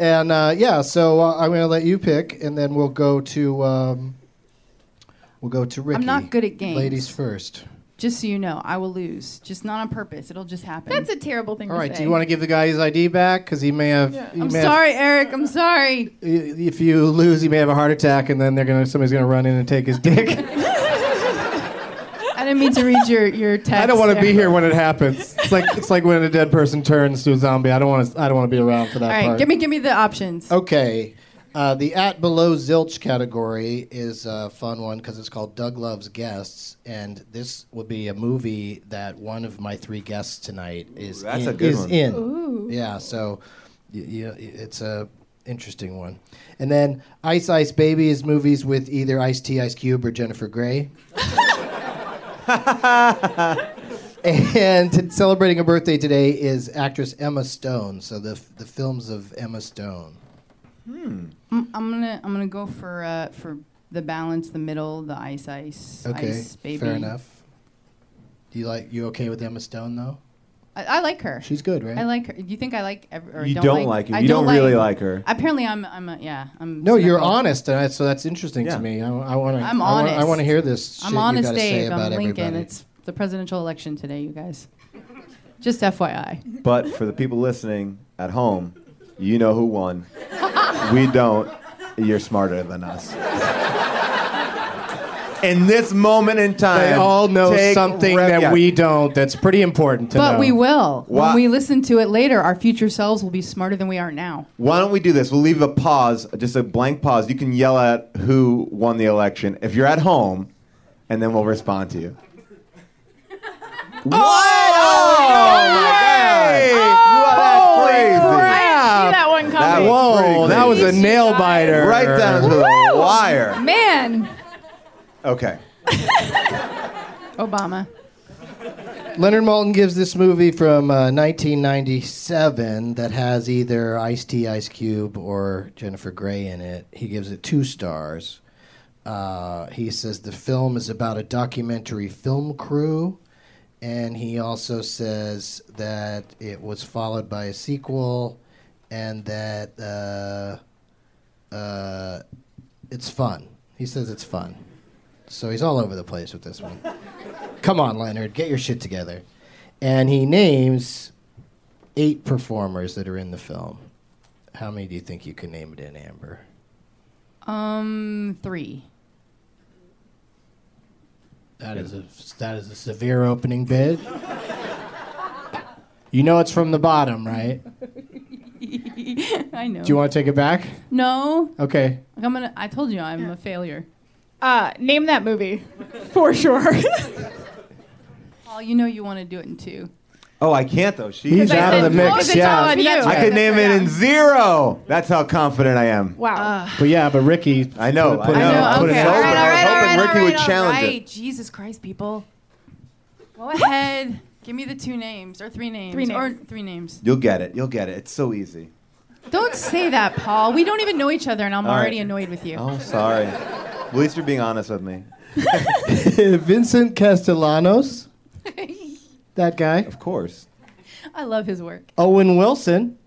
[SPEAKER 2] and uh, yeah, so uh, I'm going to let you pick, and then we'll go to um, we'll go to Ricky.
[SPEAKER 3] not good at games.
[SPEAKER 2] Ladies first.
[SPEAKER 3] Just so you know, I will lose. Just not on purpose. It'll just happen.
[SPEAKER 5] That's a terrible thing
[SPEAKER 2] All
[SPEAKER 5] to
[SPEAKER 2] right.
[SPEAKER 5] say.
[SPEAKER 2] Do you want to give the guy his ID back? Because he may have. he
[SPEAKER 3] I'm
[SPEAKER 2] may have-
[SPEAKER 3] sorry, Eric. I'm sorry.
[SPEAKER 2] i- if you lose, he may have a heart attack, and then they're gonna somebody's gonna run in and take his dick.
[SPEAKER 3] I didn't mean to read your, your text.
[SPEAKER 2] I don't want to be
[SPEAKER 3] there.
[SPEAKER 2] here when it happens. It's like it's like when a dead person turns to a zombie. I don't want to. I don't want to be around for that
[SPEAKER 3] All right,
[SPEAKER 2] part.
[SPEAKER 3] give me give me the options.
[SPEAKER 2] Okay. Uh, the at below zilch category is a fun one because it's called Doug Love's Guests, and this will be a movie that one of my three guests tonight is
[SPEAKER 4] that's
[SPEAKER 2] in.
[SPEAKER 4] a good
[SPEAKER 2] is
[SPEAKER 4] one.
[SPEAKER 2] in. Yeah, so y- y- it's a interesting one. And then Ice Ice Baby is movies with either Ice T, Ice Cube, or Jennifer Grey. and t- celebrating a birthday today is actress Emma Stone. So the f- the films of Emma Stone.
[SPEAKER 3] I'm, Mm, I'm gonna I'm gonna go for uh, for the balance, the middle, the ice, ice,
[SPEAKER 2] Okay,
[SPEAKER 3] ice, baby.
[SPEAKER 2] fair enough. Do you like you okay with Emma Stone though?
[SPEAKER 3] I, I like her.
[SPEAKER 2] She's good, right?
[SPEAKER 3] I like her. You think I like? Every, or
[SPEAKER 4] You
[SPEAKER 3] don't,
[SPEAKER 4] don't like
[SPEAKER 3] like,
[SPEAKER 4] her.
[SPEAKER 3] I
[SPEAKER 4] You don't really like her.
[SPEAKER 3] Apparently, I'm. I'm. A, yeah. I'm.
[SPEAKER 2] no, you're
[SPEAKER 3] cynical.
[SPEAKER 2] honest, and I, so that's interesting
[SPEAKER 4] Yeah.
[SPEAKER 2] to me. I, want to.
[SPEAKER 3] I'm
[SPEAKER 2] I
[SPEAKER 3] honest.
[SPEAKER 2] want to hear this. shit
[SPEAKER 3] I'm
[SPEAKER 2] you
[SPEAKER 3] honest,
[SPEAKER 2] gotta say
[SPEAKER 3] Dave.
[SPEAKER 2] about
[SPEAKER 3] I'm Lincoln.
[SPEAKER 2] everybody.
[SPEAKER 3] It's the presidential election today, you guys. Just FYI.
[SPEAKER 4] But for the people listening at home, you know who won. we don't. You're smarter than us. In this moment in time,
[SPEAKER 2] They all know
[SPEAKER 4] take
[SPEAKER 2] something
[SPEAKER 4] rep-
[SPEAKER 2] that
[SPEAKER 4] yeah.
[SPEAKER 2] we don't. That's pretty important to know.
[SPEAKER 3] But we will.
[SPEAKER 4] Why-
[SPEAKER 3] When we listen to it later, our future selves will be smarter than we are now.
[SPEAKER 4] Why don't we do this? We'll leave a pause, just a blank pause. You can yell at who won the election if you're at home, and then we'll respond to you. what? Oh, my God. Wow, that's crazy.
[SPEAKER 5] I didn't see that one coming.
[SPEAKER 2] Whoa, that was a
[SPEAKER 4] Pretty
[SPEAKER 2] nail
[SPEAKER 5] guys.
[SPEAKER 2] biter.
[SPEAKER 4] Right down to the wire.
[SPEAKER 5] Man,
[SPEAKER 4] Okay.
[SPEAKER 3] Obama.
[SPEAKER 2] Leonard Maltin gives this movie from uh, 1997 that has either Ice T, Ice Cube, or Jennifer Grey in it. He gives it two stars. Uh, he says the film is about a documentary film crew, and he also says that it was followed by a sequel, and that uh, uh, it's fun. He says it's fun. So he's all over the place with this one. Come on, Leonard, get your shit together. And he names eight performers that are in the film. How many do you think you can name it in, Amber?
[SPEAKER 3] Um, three.
[SPEAKER 2] That is a that is a severe opening bid. you know it's from the bottom, right? Do
[SPEAKER 3] I know.
[SPEAKER 2] you want to take it back?
[SPEAKER 3] no,
[SPEAKER 2] Okay.
[SPEAKER 3] I'm gonna. I told you I'm a failure.
[SPEAKER 5] uh, name that movie for sure.
[SPEAKER 3] Paul, you know you want to do it in two.
[SPEAKER 4] Oh, I can't though. She.
[SPEAKER 2] He's
[SPEAKER 5] I
[SPEAKER 2] out of the
[SPEAKER 5] said,
[SPEAKER 2] mix.
[SPEAKER 5] "Oh, it's
[SPEAKER 2] yeah.
[SPEAKER 5] all on you."
[SPEAKER 4] I could name it in zero. That's how confident I am.
[SPEAKER 5] Wow.
[SPEAKER 2] But yeah, but Ricky.
[SPEAKER 4] I know.
[SPEAKER 2] Put it- put
[SPEAKER 4] I
[SPEAKER 2] it
[SPEAKER 4] know.
[SPEAKER 2] out. Put it
[SPEAKER 4] I
[SPEAKER 2] out.
[SPEAKER 4] was hoping,
[SPEAKER 3] all right, all
[SPEAKER 4] I was hoping
[SPEAKER 3] right, all
[SPEAKER 4] Ricky
[SPEAKER 3] right,
[SPEAKER 4] would
[SPEAKER 3] all
[SPEAKER 4] challenge
[SPEAKER 3] right. Jesus Christ, people. Go ahead. Give me the two names or three names.
[SPEAKER 5] Three
[SPEAKER 3] Or
[SPEAKER 5] names.
[SPEAKER 3] three names.
[SPEAKER 4] it. You'll get it. You'll get it. It's so easy.
[SPEAKER 3] Don't say that, Paul. We don't even know each other, and I'm
[SPEAKER 4] All right.
[SPEAKER 3] already annoyed with you.
[SPEAKER 4] Oh, sorry. At least you're being honest with me.
[SPEAKER 2] Vincent Castellanos. that guy.
[SPEAKER 4] Of course.
[SPEAKER 3] I love his work.
[SPEAKER 2] Owen Wilson.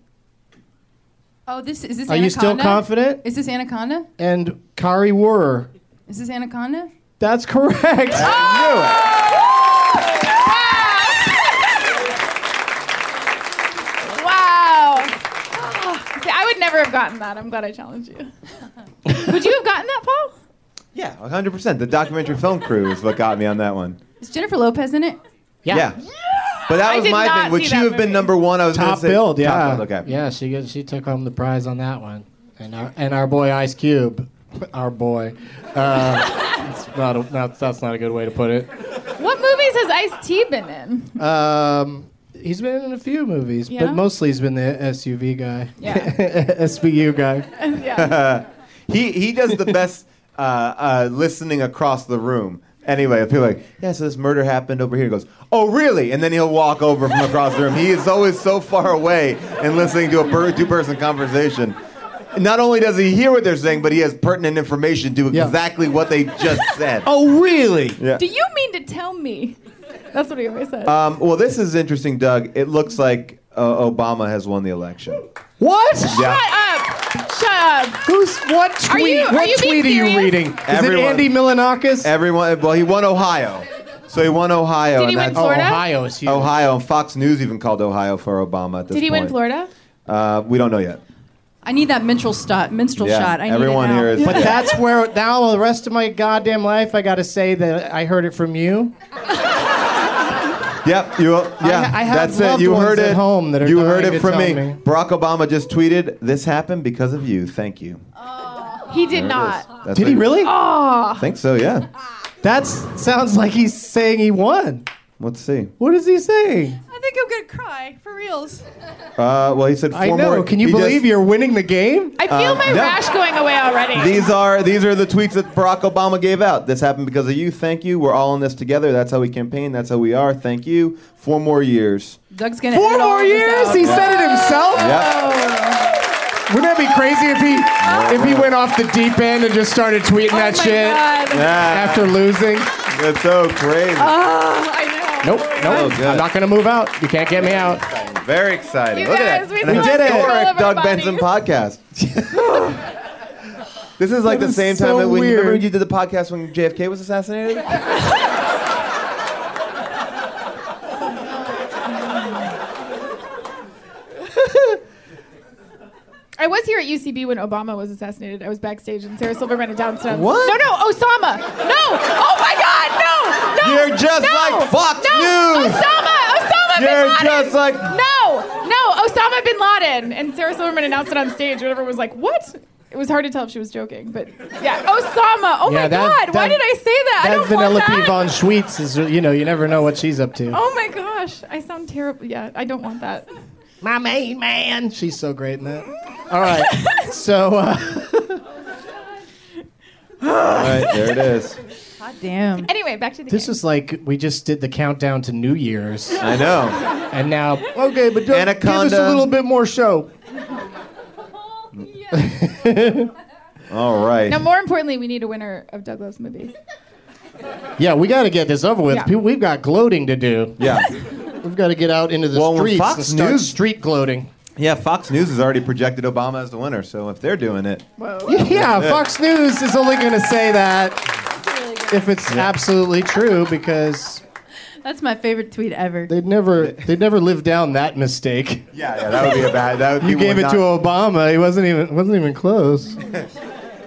[SPEAKER 3] Oh, this is this.
[SPEAKER 2] Are
[SPEAKER 3] Anaconda?
[SPEAKER 2] you still confident?
[SPEAKER 3] Is this Anaconda?
[SPEAKER 2] And Kari Wurer.
[SPEAKER 3] Is this Anaconda?
[SPEAKER 2] That's correct.
[SPEAKER 4] I
[SPEAKER 5] Wow. See, I would never have gotten that. I'm glad I challenged you. would you have gotten that, Paul?
[SPEAKER 4] knew it. Yeah, 100%. The documentary film crew is what got me on that one.
[SPEAKER 3] Is Jennifer Lopez in it?
[SPEAKER 4] Yeah. But that
[SPEAKER 5] I
[SPEAKER 4] was
[SPEAKER 5] did
[SPEAKER 4] my
[SPEAKER 5] not
[SPEAKER 4] thing. Would
[SPEAKER 5] see
[SPEAKER 4] you
[SPEAKER 5] that
[SPEAKER 4] have been
[SPEAKER 5] movie.
[SPEAKER 4] number one? I was gonna
[SPEAKER 2] top
[SPEAKER 4] say,
[SPEAKER 2] build, yeah.
[SPEAKER 4] Top build, okay.
[SPEAKER 2] Yeah, she gets- she took home the prize on that one, and our and our boy Ice Cube, our boy. Uh, it's not, a, not that's not a good way to put it.
[SPEAKER 5] What movies has Ice T been in?
[SPEAKER 2] Um, he's been in a few movies,
[SPEAKER 5] Yeah?
[SPEAKER 2] but mostly he's been the SUV guy,
[SPEAKER 5] Yeah.
[SPEAKER 2] SVU guy.
[SPEAKER 5] yeah.
[SPEAKER 4] He, he does the best uh, uh, listening across the room. Anyway, people are like, yeah, so this murder happened over here. He goes, oh, really? And then he'll walk over from across the room. He is always so far away and listening to a per- two person conversation. Not only does he hear what they're saying, but he has pertinent information to
[SPEAKER 2] Yeah.
[SPEAKER 4] exactly what they just said.
[SPEAKER 2] Oh, really?
[SPEAKER 4] Yeah.
[SPEAKER 5] Do you mean to tell me? That's what he always says.
[SPEAKER 4] Um, well, this is interesting, Doug. It looks like uh, Obama has won the election.
[SPEAKER 2] What?
[SPEAKER 4] Yeah.
[SPEAKER 5] Shut up. Shut up.
[SPEAKER 2] Who's what tweet?
[SPEAKER 5] Are you- are
[SPEAKER 2] what
[SPEAKER 5] you being
[SPEAKER 2] tweet are you
[SPEAKER 5] serious?
[SPEAKER 2] reading? Is
[SPEAKER 4] Everyone.
[SPEAKER 2] it Andy Milanakis?
[SPEAKER 4] Everyone, well, he won Ohio. So he won Ohio.
[SPEAKER 5] Did he
[SPEAKER 4] and
[SPEAKER 5] win
[SPEAKER 4] that's-
[SPEAKER 2] oh,
[SPEAKER 5] Florida?
[SPEAKER 2] Ohio is huge.
[SPEAKER 4] Ohio, and Fox News even called Ohio for Obama at this
[SPEAKER 5] Did he win
[SPEAKER 4] point.
[SPEAKER 5] Florida?
[SPEAKER 4] Uh, we don't know yet.
[SPEAKER 3] I need that minstrel shot. Minstrel
[SPEAKER 4] Yeah,
[SPEAKER 3] shot. I need
[SPEAKER 4] everyone
[SPEAKER 3] it now.
[SPEAKER 4] here is.
[SPEAKER 2] But that's where now the rest of my goddamn life I got to say that I heard it from you.
[SPEAKER 4] Yep, you. Yeah,
[SPEAKER 2] I have
[SPEAKER 4] that's
[SPEAKER 2] loved
[SPEAKER 4] it. You
[SPEAKER 2] ones
[SPEAKER 4] heard
[SPEAKER 2] at
[SPEAKER 4] it.
[SPEAKER 2] home that are
[SPEAKER 4] you
[SPEAKER 2] dying
[SPEAKER 4] heard
[SPEAKER 2] to
[SPEAKER 4] it from
[SPEAKER 2] tell
[SPEAKER 4] me.
[SPEAKER 2] me.
[SPEAKER 4] Barack Obama just tweeted, "This happened because of you. Thank you."
[SPEAKER 5] He did
[SPEAKER 4] There it
[SPEAKER 5] not.
[SPEAKER 4] is. That's
[SPEAKER 2] Did
[SPEAKER 4] what-
[SPEAKER 2] he really?
[SPEAKER 4] I think so. Yeah.
[SPEAKER 2] That sounds like he's saying he won.
[SPEAKER 4] Let's see.
[SPEAKER 2] What is he saying?
[SPEAKER 3] I think I'm gonna cry for reals.
[SPEAKER 4] Uh, well, he said four
[SPEAKER 2] I know.
[SPEAKER 4] more.
[SPEAKER 2] Can you
[SPEAKER 4] he
[SPEAKER 2] believe
[SPEAKER 4] just-
[SPEAKER 2] you're winning the game?
[SPEAKER 5] I feel my
[SPEAKER 4] no.
[SPEAKER 5] rash going away already.
[SPEAKER 4] These are these are the tweets that Barack Obama gave out. This happened because of you. Thank you. We're all in this together. That's how we campaign. That's how we are. Thank you. Four more years.
[SPEAKER 3] Doug's gonna.
[SPEAKER 2] Four
[SPEAKER 3] edit all
[SPEAKER 2] more
[SPEAKER 3] of this
[SPEAKER 2] years?
[SPEAKER 3] out. Oh
[SPEAKER 2] He said it himself?
[SPEAKER 5] Oh.
[SPEAKER 4] Yep.
[SPEAKER 2] Wouldn't that be crazy if he if he went off the deep end and just started tweeting
[SPEAKER 5] oh my
[SPEAKER 2] that shit
[SPEAKER 5] God.
[SPEAKER 4] Yeah.
[SPEAKER 2] after losing?
[SPEAKER 4] That's so crazy.
[SPEAKER 5] Oh, I know.
[SPEAKER 2] Nope, nope.
[SPEAKER 4] good.
[SPEAKER 2] I'm not gonna move out. You can't get me out.
[SPEAKER 4] Very exciting.
[SPEAKER 5] You
[SPEAKER 4] Look
[SPEAKER 5] guys,
[SPEAKER 4] at that.
[SPEAKER 5] we still
[SPEAKER 4] An
[SPEAKER 5] have control
[SPEAKER 4] historic
[SPEAKER 5] of
[SPEAKER 4] Doug
[SPEAKER 5] our
[SPEAKER 4] Benson podcast. this is like
[SPEAKER 2] That
[SPEAKER 4] the
[SPEAKER 2] is
[SPEAKER 4] same
[SPEAKER 2] so
[SPEAKER 4] time that when you, remember
[SPEAKER 2] weird.
[SPEAKER 4] you did the podcast when JFK was assassinated.
[SPEAKER 5] I was here at UCB when Obama was assassinated. I was backstage and Sarah Silverman and Down Stones.
[SPEAKER 4] What?
[SPEAKER 5] No, no, Osama. No. Oh my God. No. No.
[SPEAKER 4] You're just
[SPEAKER 5] no,
[SPEAKER 4] like Fox
[SPEAKER 5] no.
[SPEAKER 4] News.
[SPEAKER 5] Osama. Osama
[SPEAKER 4] You're
[SPEAKER 5] bin Laden.
[SPEAKER 4] just like-
[SPEAKER 5] No. No. Osama bin Laden. And Sarah Silverman announced it on stage. And everyone was like, what? It was hard to tell if she was joking, but yeah. Osama. Oh
[SPEAKER 2] Yeah,
[SPEAKER 5] my
[SPEAKER 2] that-
[SPEAKER 5] God.
[SPEAKER 2] that-
[SPEAKER 5] Why did I say that? I
[SPEAKER 2] That
[SPEAKER 5] don't
[SPEAKER 2] Vanilla
[SPEAKER 5] want that.
[SPEAKER 2] P. Von Schweetz is, you know, you never know what she's up to.
[SPEAKER 5] Oh my gosh, I sound terrible. Yeah, I don't want that.
[SPEAKER 2] My main man. She's so great in that. All right. So, uh,
[SPEAKER 4] All right, there it is.
[SPEAKER 3] God damn.
[SPEAKER 5] Anyway, back to the
[SPEAKER 2] this
[SPEAKER 5] game.
[SPEAKER 2] is like we just did the countdown to New Year's.
[SPEAKER 4] I know.
[SPEAKER 2] And now, okay, but don't give us a
[SPEAKER 4] Anaconda.
[SPEAKER 2] little bit more show.
[SPEAKER 4] All right.
[SPEAKER 5] Now, more importantly, we need a winner of Doug Love's movies.
[SPEAKER 2] Yeah, we got to get this over with.
[SPEAKER 5] Yeah.
[SPEAKER 2] People, we've got gloating to do.
[SPEAKER 4] Yeah.
[SPEAKER 2] We've got to get out into the
[SPEAKER 4] Well, when
[SPEAKER 2] streets
[SPEAKER 4] Fox
[SPEAKER 2] and start
[SPEAKER 4] News-
[SPEAKER 2] street gloating.
[SPEAKER 4] Yeah, Fox News has already projected Obama as the winner, so if they're doing it,
[SPEAKER 2] Yeah, Fox News is only going to say that if it's absolutely true because
[SPEAKER 3] That's my favorite tweet ever.
[SPEAKER 2] they'd never they'd never live down that mistake.
[SPEAKER 4] yeah, yeah, that would be a bad. That would
[SPEAKER 2] You
[SPEAKER 4] people
[SPEAKER 2] gave
[SPEAKER 4] would
[SPEAKER 2] it
[SPEAKER 4] not-
[SPEAKER 2] to Obama. He wasn't even wasn't even close.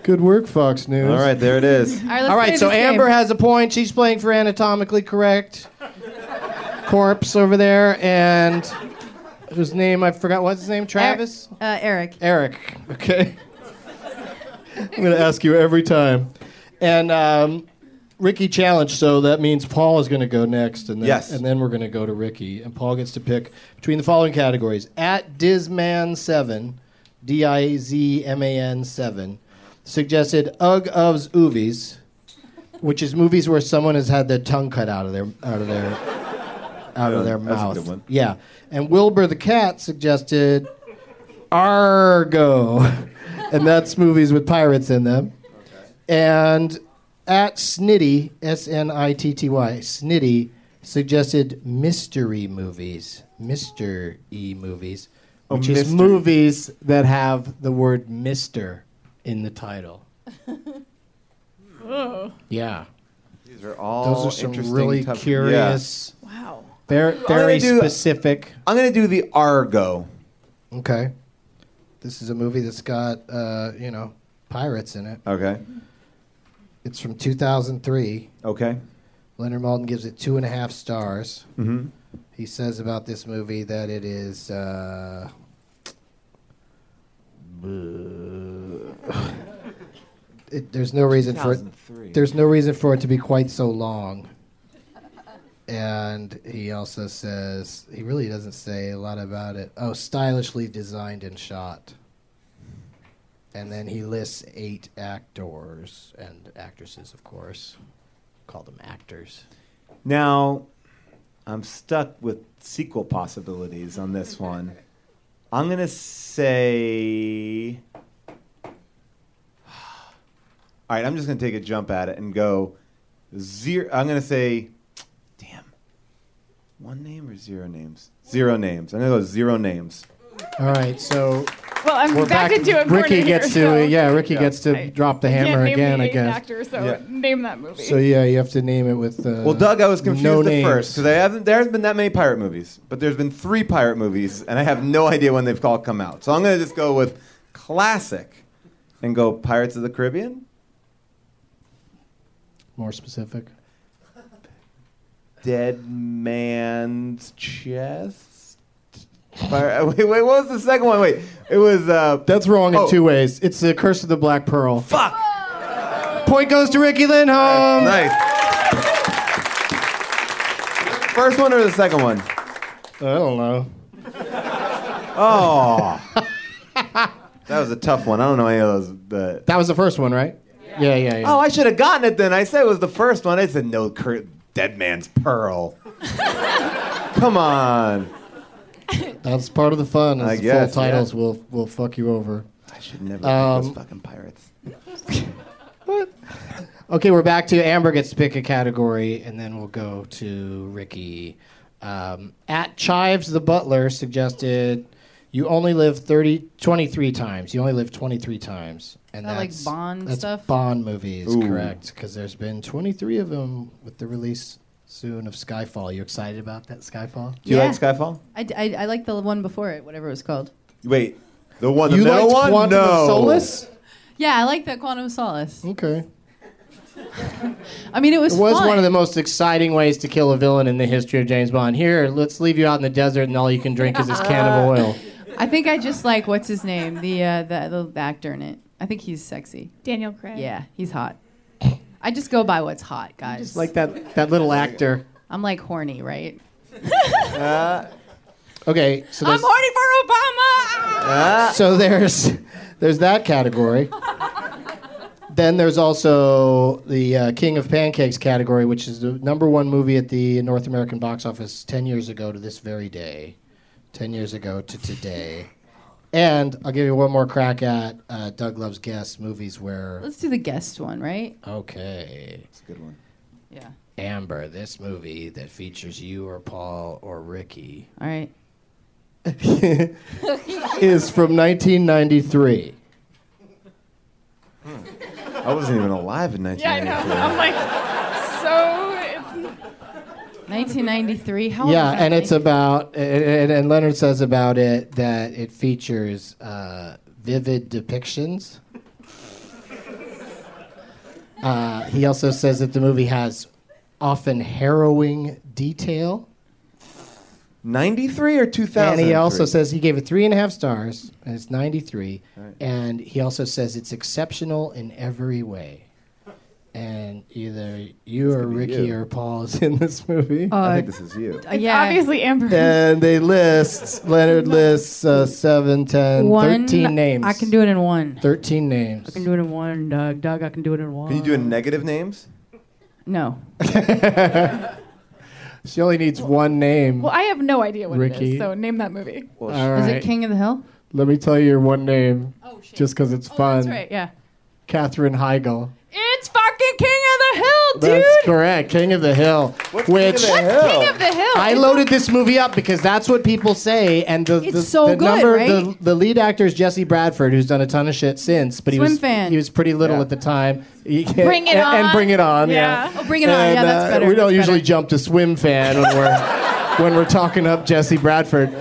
[SPEAKER 2] Good work, Fox News.
[SPEAKER 4] All right, there it is.
[SPEAKER 3] All right, let's
[SPEAKER 2] All right,
[SPEAKER 3] play
[SPEAKER 2] so
[SPEAKER 3] this
[SPEAKER 2] Amber
[SPEAKER 3] game.
[SPEAKER 2] has a point. She's playing for anatomically correct corpse over there, and whose name I forgot. What's his name? Travis.
[SPEAKER 3] Uh, Eric.
[SPEAKER 2] Eric. Okay. I'm going to ask you every time. And um, Ricky challenged, so that means Paul is going to go next. And then,
[SPEAKER 4] Yes.
[SPEAKER 2] And then we're going to go to Ricky. And Paul gets to pick between the following categories at Disman7, D I Z M A N 7, suggested Ugg of's Oovies. Which is movies where someone has had their tongue cut out of their out of their out of
[SPEAKER 4] Yeah,
[SPEAKER 2] their
[SPEAKER 4] that's a
[SPEAKER 2] mouth.
[SPEAKER 4] good one.
[SPEAKER 2] Yeah, and Wilbur the cat suggested Argo, and that's movies with pirates in them. And at Snitty, S N I T T Y, Snitty suggested mystery movies, Mister E movies,
[SPEAKER 4] Oh,
[SPEAKER 2] which is
[SPEAKER 4] mystery.
[SPEAKER 2] movies that have the word Mister in the title. Yeah,
[SPEAKER 4] These are all
[SPEAKER 2] those are some
[SPEAKER 4] interesting,
[SPEAKER 2] really
[SPEAKER 4] tough-
[SPEAKER 2] curious.
[SPEAKER 3] Wow.
[SPEAKER 2] They're
[SPEAKER 4] gonna
[SPEAKER 2] very
[SPEAKER 4] do-
[SPEAKER 2] specific.
[SPEAKER 4] Yeah. I'm gonna do the Argo.
[SPEAKER 2] Okay. This is a movie that's got, uh, you know, pirates in it.
[SPEAKER 4] Okay.
[SPEAKER 2] It's from 2003.
[SPEAKER 4] Okay.
[SPEAKER 2] Leonard Maltin gives it two and a half stars. Mm-hmm. He says about this movie that it is. Uh, it, there's no reason for it.
[SPEAKER 4] 2003.
[SPEAKER 2] There's no reason for it to be quite so long. And he also says he really doesn't say a lot about it. Oh, stylishly designed and shot. And then he lists eight actors and actresses, of course. Call them actors.
[SPEAKER 4] Now, I'm stuck with sequel possibilities on this one. I'm gonna say. All right, I'm just gonna take a jump at it and go zero. I'm gonna say, damn, one name or zero names? Zero names. I'm gonna go zero names.
[SPEAKER 2] All right, so
[SPEAKER 5] Well, I'm
[SPEAKER 2] we're
[SPEAKER 5] back,
[SPEAKER 2] back.
[SPEAKER 5] into a corner
[SPEAKER 2] Ricky gets
[SPEAKER 5] here,
[SPEAKER 2] to
[SPEAKER 5] so
[SPEAKER 2] yeah. Ricky gets to drop the
[SPEAKER 5] I can't
[SPEAKER 2] hammer
[SPEAKER 5] name
[SPEAKER 2] again.
[SPEAKER 5] the
[SPEAKER 2] I guess.
[SPEAKER 5] Actor, so
[SPEAKER 4] Yeah.
[SPEAKER 5] name that movie.
[SPEAKER 2] So yeah, you have to name it with. Uh,
[SPEAKER 4] Well, Doug, I was confused
[SPEAKER 2] no
[SPEAKER 4] at
[SPEAKER 2] names.
[SPEAKER 4] first because I haven't. There hasn't been that many pirate movies, but there's been three pirate movies, and I have no idea when they've all come out. So I'm gonna just go with classic, and go Pirates of the Caribbean.
[SPEAKER 2] more specific.
[SPEAKER 4] dead man's chest. Fire- wait, wait, what was the second one? Wait, it was uh,
[SPEAKER 6] That's wrong in
[SPEAKER 4] Oh.
[SPEAKER 6] two ways. It's the curse of the black pearl.
[SPEAKER 4] fuck.
[SPEAKER 6] Point goes to Ricky Lindholm.
[SPEAKER 4] Nice. First one or the second one?
[SPEAKER 6] I don't know.
[SPEAKER 4] Oh. that was a tough one. I don't know any of those. But...
[SPEAKER 6] That was the first one, right? Yeah, yeah, yeah.
[SPEAKER 4] Oh, I should have gotten it then. I said it was the first one. I said no, Kurt, Dead Man's Pearl. Come on.
[SPEAKER 2] That's part of the fun. Is
[SPEAKER 4] I
[SPEAKER 2] the
[SPEAKER 4] guess,
[SPEAKER 2] full
[SPEAKER 4] yeah.
[SPEAKER 2] titles will will fuck you over.
[SPEAKER 4] I should never
[SPEAKER 2] Um,
[SPEAKER 4] um, those fucking pirates.
[SPEAKER 2] Okay, we're back to Amber gets to pick a category, and then we'll go to Ricky. Um, at Chives the Butler suggested you only live 30, 23 times. You only live 23 times. And
[SPEAKER 3] Is that like
[SPEAKER 2] that's,
[SPEAKER 3] Bond
[SPEAKER 2] that's
[SPEAKER 3] stuff?
[SPEAKER 2] Bond movies,
[SPEAKER 4] Ooh.
[SPEAKER 2] correct. Because there's been 23 of them with the release soon of Skyfall. You excited about that, Skyfall?
[SPEAKER 4] Do you
[SPEAKER 3] Yeah.
[SPEAKER 4] like Skyfall?
[SPEAKER 3] I, d- I- I like the one before it, whatever it was called.
[SPEAKER 4] Wait, the one, the
[SPEAKER 2] you
[SPEAKER 4] middle
[SPEAKER 2] liked
[SPEAKER 4] one?
[SPEAKER 2] Quantum
[SPEAKER 4] no.
[SPEAKER 2] of Solace?
[SPEAKER 3] Yeah, I like the Quantum of Solace.
[SPEAKER 2] Okay.
[SPEAKER 3] I mean, it was
[SPEAKER 2] It was
[SPEAKER 3] fun.
[SPEAKER 2] one of the most exciting ways to kill a villain in the history of James Bond. Here, let's leave you out in the desert, and all you can drink is this can of oil.
[SPEAKER 3] I think I just like what's his name, the uh, the, the actor in it. I think he's sexy.
[SPEAKER 5] Daniel Craig.
[SPEAKER 3] Yeah, he's hot. I just go by what's hot, guys.
[SPEAKER 2] Like that, that little actor.
[SPEAKER 3] I'm like horny, right?
[SPEAKER 2] Okay, so
[SPEAKER 3] I'm
[SPEAKER 2] there's,
[SPEAKER 3] horny for Obama.
[SPEAKER 2] so there's there's that category. then there's also the uh, King of Pancakes category, which is the number one movie at the North American box office ten years ago to this very day, ten years ago to today. And I'll give you one more crack at uh, Doug Love's guess movies where
[SPEAKER 3] Let's do the guest one, right?
[SPEAKER 2] okay.
[SPEAKER 4] That's a good one.
[SPEAKER 3] Yeah.
[SPEAKER 2] Amber, this movie that features you or Paul or Ricky
[SPEAKER 3] All right.
[SPEAKER 2] is from 1993.
[SPEAKER 4] I wasn't even alive in
[SPEAKER 5] Yeah, I
[SPEAKER 4] 1993.
[SPEAKER 5] know. I'm like, so it's
[SPEAKER 3] 1993. How
[SPEAKER 4] Oh,
[SPEAKER 3] old
[SPEAKER 2] yeah,
[SPEAKER 3] was I?
[SPEAKER 2] and it's about and, and- and Leonard says about it that it features uh, vivid depictions. Uh, he also says that the movie has often harrowing detail,
[SPEAKER 4] 93 or 2000?
[SPEAKER 2] and he also says he gave it three and a half stars, and it's 93, and he also says it's exceptional in every way. And either you or
[SPEAKER 4] be
[SPEAKER 2] Ricky
[SPEAKER 4] you.
[SPEAKER 2] or Paul is in this movie.
[SPEAKER 4] I think this is you.
[SPEAKER 3] Uh, yeah.
[SPEAKER 5] obviously Amber.
[SPEAKER 2] And they list, Leonard lists uh, 7, 10,
[SPEAKER 3] One.
[SPEAKER 2] 13 names.
[SPEAKER 3] I can do it in one.
[SPEAKER 2] 13 names.
[SPEAKER 3] I can do it in one, Doug. Doug, I can do it in one.
[SPEAKER 4] Can you do a negative names?
[SPEAKER 3] No.
[SPEAKER 2] She only needs one name.
[SPEAKER 5] Well, I have no idea what it
[SPEAKER 2] Ricky.
[SPEAKER 5] is. So name that movie.
[SPEAKER 4] Well,
[SPEAKER 2] All
[SPEAKER 3] Is
[SPEAKER 2] right.
[SPEAKER 3] it King of the Hill?
[SPEAKER 2] Let me tell you your one name
[SPEAKER 3] Oh shit.
[SPEAKER 2] just because it's fun.
[SPEAKER 3] That's right. Yeah.
[SPEAKER 2] Catherine Heigl.
[SPEAKER 3] It's fucking King of the Hill, dude.
[SPEAKER 2] That's correct. King of the Hill.
[SPEAKER 4] What's
[SPEAKER 2] which
[SPEAKER 4] King of the Hill?
[SPEAKER 3] King of the Hill.
[SPEAKER 2] I loaded this movie up because that's what people say. And the,
[SPEAKER 3] It's
[SPEAKER 2] the,
[SPEAKER 3] so
[SPEAKER 2] the
[SPEAKER 3] good,
[SPEAKER 2] number, the,
[SPEAKER 3] right?
[SPEAKER 2] the lead actor is Jesse Bradford, who's done a ton of shit since, but he
[SPEAKER 3] Swim
[SPEAKER 2] was
[SPEAKER 3] fan.
[SPEAKER 2] he was pretty little
[SPEAKER 4] Yeah.
[SPEAKER 2] at the time. He-
[SPEAKER 5] Bring It
[SPEAKER 2] and, And
[SPEAKER 5] On.
[SPEAKER 2] bring it on. yeah.
[SPEAKER 5] Yeah.
[SPEAKER 3] Oh, bring it on. yeah,
[SPEAKER 2] And, uh,
[SPEAKER 3] that's better.
[SPEAKER 2] We don't
[SPEAKER 3] That's
[SPEAKER 2] usually
[SPEAKER 3] better.
[SPEAKER 2] jump to swim fan when we're when we're talking up Jesse Bradford.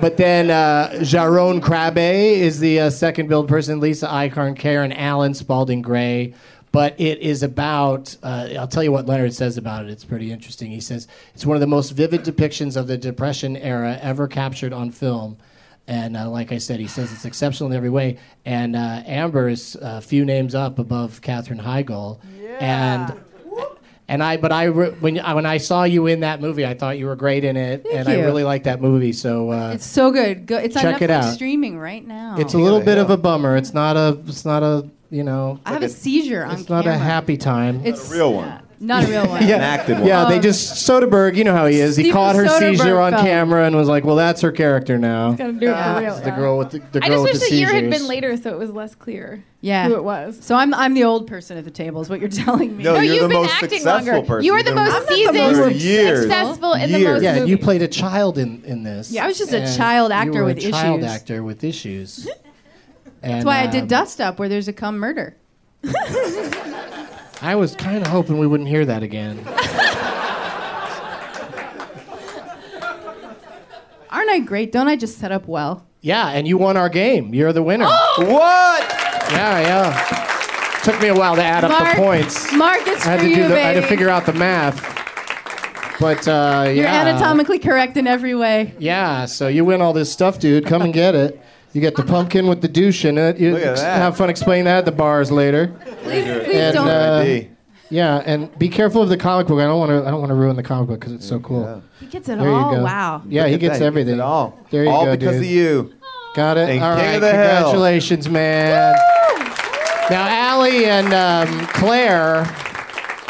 [SPEAKER 2] But then uh, Jaron Crabbe is the uh, second build person. Lisa Icarn, Karen Allen, Spalding Gray. But it is about, uh, I'll tell you what Leonard says about it. It's pretty interesting. He says, it's one of the most vivid depictions of the Depression era ever captured on film. And uh, like I said, he says it's exceptional in every way. And uh, Amber is a few names up above Katherine Heigl. And and I, but I, re- when I- when I saw you in that movie, I thought you were great in it, and I
[SPEAKER 3] you.
[SPEAKER 2] really liked that movie. So uh,
[SPEAKER 3] It's
[SPEAKER 2] it's,
[SPEAKER 3] so good. Go, it's
[SPEAKER 2] Check
[SPEAKER 3] on
[SPEAKER 2] it
[SPEAKER 3] Netflix
[SPEAKER 2] out.
[SPEAKER 3] streaming right now.
[SPEAKER 2] a little
[SPEAKER 4] the
[SPEAKER 2] bit of
[SPEAKER 4] Hill.
[SPEAKER 2] a bummer. It's not a, it's not a, you know,
[SPEAKER 3] I have a seizure on
[SPEAKER 2] it's not
[SPEAKER 3] camera.
[SPEAKER 2] a happy time.
[SPEAKER 3] It's
[SPEAKER 4] A real one.
[SPEAKER 3] not a real one.
[SPEAKER 4] An acted one.
[SPEAKER 2] yeah, they just Soderbergh. You know how he is. He
[SPEAKER 3] Steven
[SPEAKER 2] caught her
[SPEAKER 3] Soderbergh
[SPEAKER 2] seizure on
[SPEAKER 3] felt-
[SPEAKER 2] camera and was like, "Well, that's her character now."
[SPEAKER 5] Gotta do it for real.
[SPEAKER 2] The
[SPEAKER 5] yeah.
[SPEAKER 2] girl with the, the
[SPEAKER 5] I
[SPEAKER 2] girl
[SPEAKER 5] just
[SPEAKER 2] with the
[SPEAKER 5] wish the year had
[SPEAKER 2] seizures.
[SPEAKER 5] been later, so it was less clear
[SPEAKER 3] Yeah.
[SPEAKER 5] who it was.
[SPEAKER 3] So I'm I'm the old person at the table is what you're telling me.
[SPEAKER 4] No, you're
[SPEAKER 5] you've
[SPEAKER 4] the
[SPEAKER 5] been
[SPEAKER 4] most
[SPEAKER 5] acting
[SPEAKER 4] successful
[SPEAKER 5] longer.
[SPEAKER 4] person.
[SPEAKER 5] You were
[SPEAKER 4] You've
[SPEAKER 5] the
[SPEAKER 4] been-
[SPEAKER 5] most
[SPEAKER 3] I'm not the
[SPEAKER 5] seasoned,
[SPEAKER 3] most
[SPEAKER 4] For years.
[SPEAKER 5] successful in the
[SPEAKER 4] Years.
[SPEAKER 5] most
[SPEAKER 2] Yeah, and you
[SPEAKER 5] movies.
[SPEAKER 2] played a child in in this.
[SPEAKER 3] I was just a
[SPEAKER 2] And
[SPEAKER 3] child actor
[SPEAKER 2] you were
[SPEAKER 3] with
[SPEAKER 2] a child
[SPEAKER 3] issues.
[SPEAKER 2] actor with issues. um,
[SPEAKER 3] That's why I did Dust Up, where there's a cum murder.
[SPEAKER 2] I was kind of hoping we wouldn't hear that again.
[SPEAKER 3] Aren't I great? Don't I just set up well?
[SPEAKER 2] Yeah, and you won our game. You're the winner.
[SPEAKER 3] Oh!
[SPEAKER 4] What?
[SPEAKER 2] Yeah, yeah. Took me a while to add up
[SPEAKER 3] Mark,
[SPEAKER 2] the points.
[SPEAKER 3] Mark, it's
[SPEAKER 2] I had
[SPEAKER 3] for
[SPEAKER 2] to
[SPEAKER 3] you,
[SPEAKER 2] do the,
[SPEAKER 3] baby.
[SPEAKER 2] I had to figure out the math. But uh,
[SPEAKER 3] You're
[SPEAKER 2] yeah.
[SPEAKER 3] anatomically correct in every way.
[SPEAKER 2] Yeah, so you win all this stuff, dude. Come and get it. You get the pumpkin with the douche in it. You
[SPEAKER 4] Look at that.
[SPEAKER 2] Have fun explaining that at the bars later.
[SPEAKER 3] Please, please
[SPEAKER 2] And,
[SPEAKER 3] don't.
[SPEAKER 2] uh,
[SPEAKER 4] ID.
[SPEAKER 2] Yeah, and be careful of the comic book. I don't want to. I don't want to ruin the comic book because it's so cool.
[SPEAKER 3] he gets it
[SPEAKER 2] There you
[SPEAKER 3] all.
[SPEAKER 2] go.
[SPEAKER 3] Oh, Wow.
[SPEAKER 2] Yeah, he
[SPEAKER 4] Look at that,
[SPEAKER 2] gets everything.
[SPEAKER 4] It all.
[SPEAKER 2] There you
[SPEAKER 4] all
[SPEAKER 2] go,
[SPEAKER 4] because
[SPEAKER 2] dude.
[SPEAKER 4] of you.
[SPEAKER 2] Got it.
[SPEAKER 4] And
[SPEAKER 2] All
[SPEAKER 4] king
[SPEAKER 2] right.
[SPEAKER 4] of the hill.
[SPEAKER 2] Congratulations, man. Now, Allie and um, Claire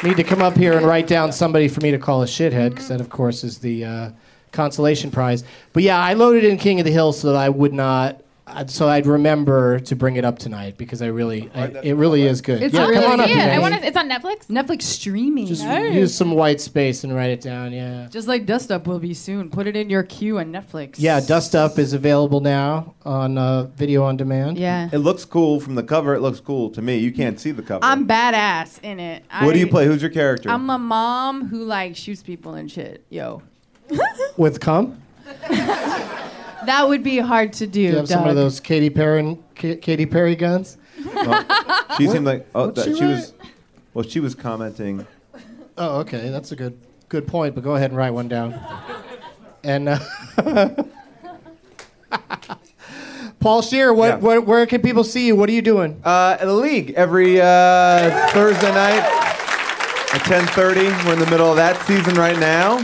[SPEAKER 2] need to come up here and write down somebody for me to call a shithead, because that, of course, is the uh, consolation prize. But yeah, I loaded in King of the Hill so that I would not. I'd- So I'd remember to bring it up tonight because I really, I, it really is good.
[SPEAKER 3] It's
[SPEAKER 2] yeah,
[SPEAKER 3] really
[SPEAKER 2] come on up,
[SPEAKER 5] See
[SPEAKER 2] you
[SPEAKER 5] it. I
[SPEAKER 2] guys.
[SPEAKER 5] want to. It's on Netflix.
[SPEAKER 3] Netflix streaming.
[SPEAKER 2] Just use some white space and write it down. Yeah.
[SPEAKER 3] Just like Dust Up will be soon. Put it in your queue on Netflix.
[SPEAKER 2] Yeah, Dust Up is available now on uh, video on demand.
[SPEAKER 3] Yeah.
[SPEAKER 4] It looks cool from the cover. It looks cool to me. You can't see the cover.
[SPEAKER 3] I'm badass in it.
[SPEAKER 4] what do you
[SPEAKER 3] I-
[SPEAKER 4] play? Who's your character?
[SPEAKER 3] I'm a mom who like shoots people and shit. Yo,
[SPEAKER 2] With cum.
[SPEAKER 3] that would be hard to do.
[SPEAKER 2] Do you have some of
[SPEAKER 3] Doug.
[SPEAKER 2] those Katy Perry, K- Katy Perry guns?
[SPEAKER 4] she seemed like oh,
[SPEAKER 2] what'd
[SPEAKER 4] that,
[SPEAKER 2] she
[SPEAKER 4] she was. Well, she was commenting.
[SPEAKER 2] Oh, okay, that's a good good point. But go ahead and write one down. And uh, Paul Shear, what,
[SPEAKER 4] Yeah.
[SPEAKER 2] what, where can people see you? What are you doing?
[SPEAKER 4] Uh, at the league every uh, Thursday night at 10:30. We're in the middle of that season right now,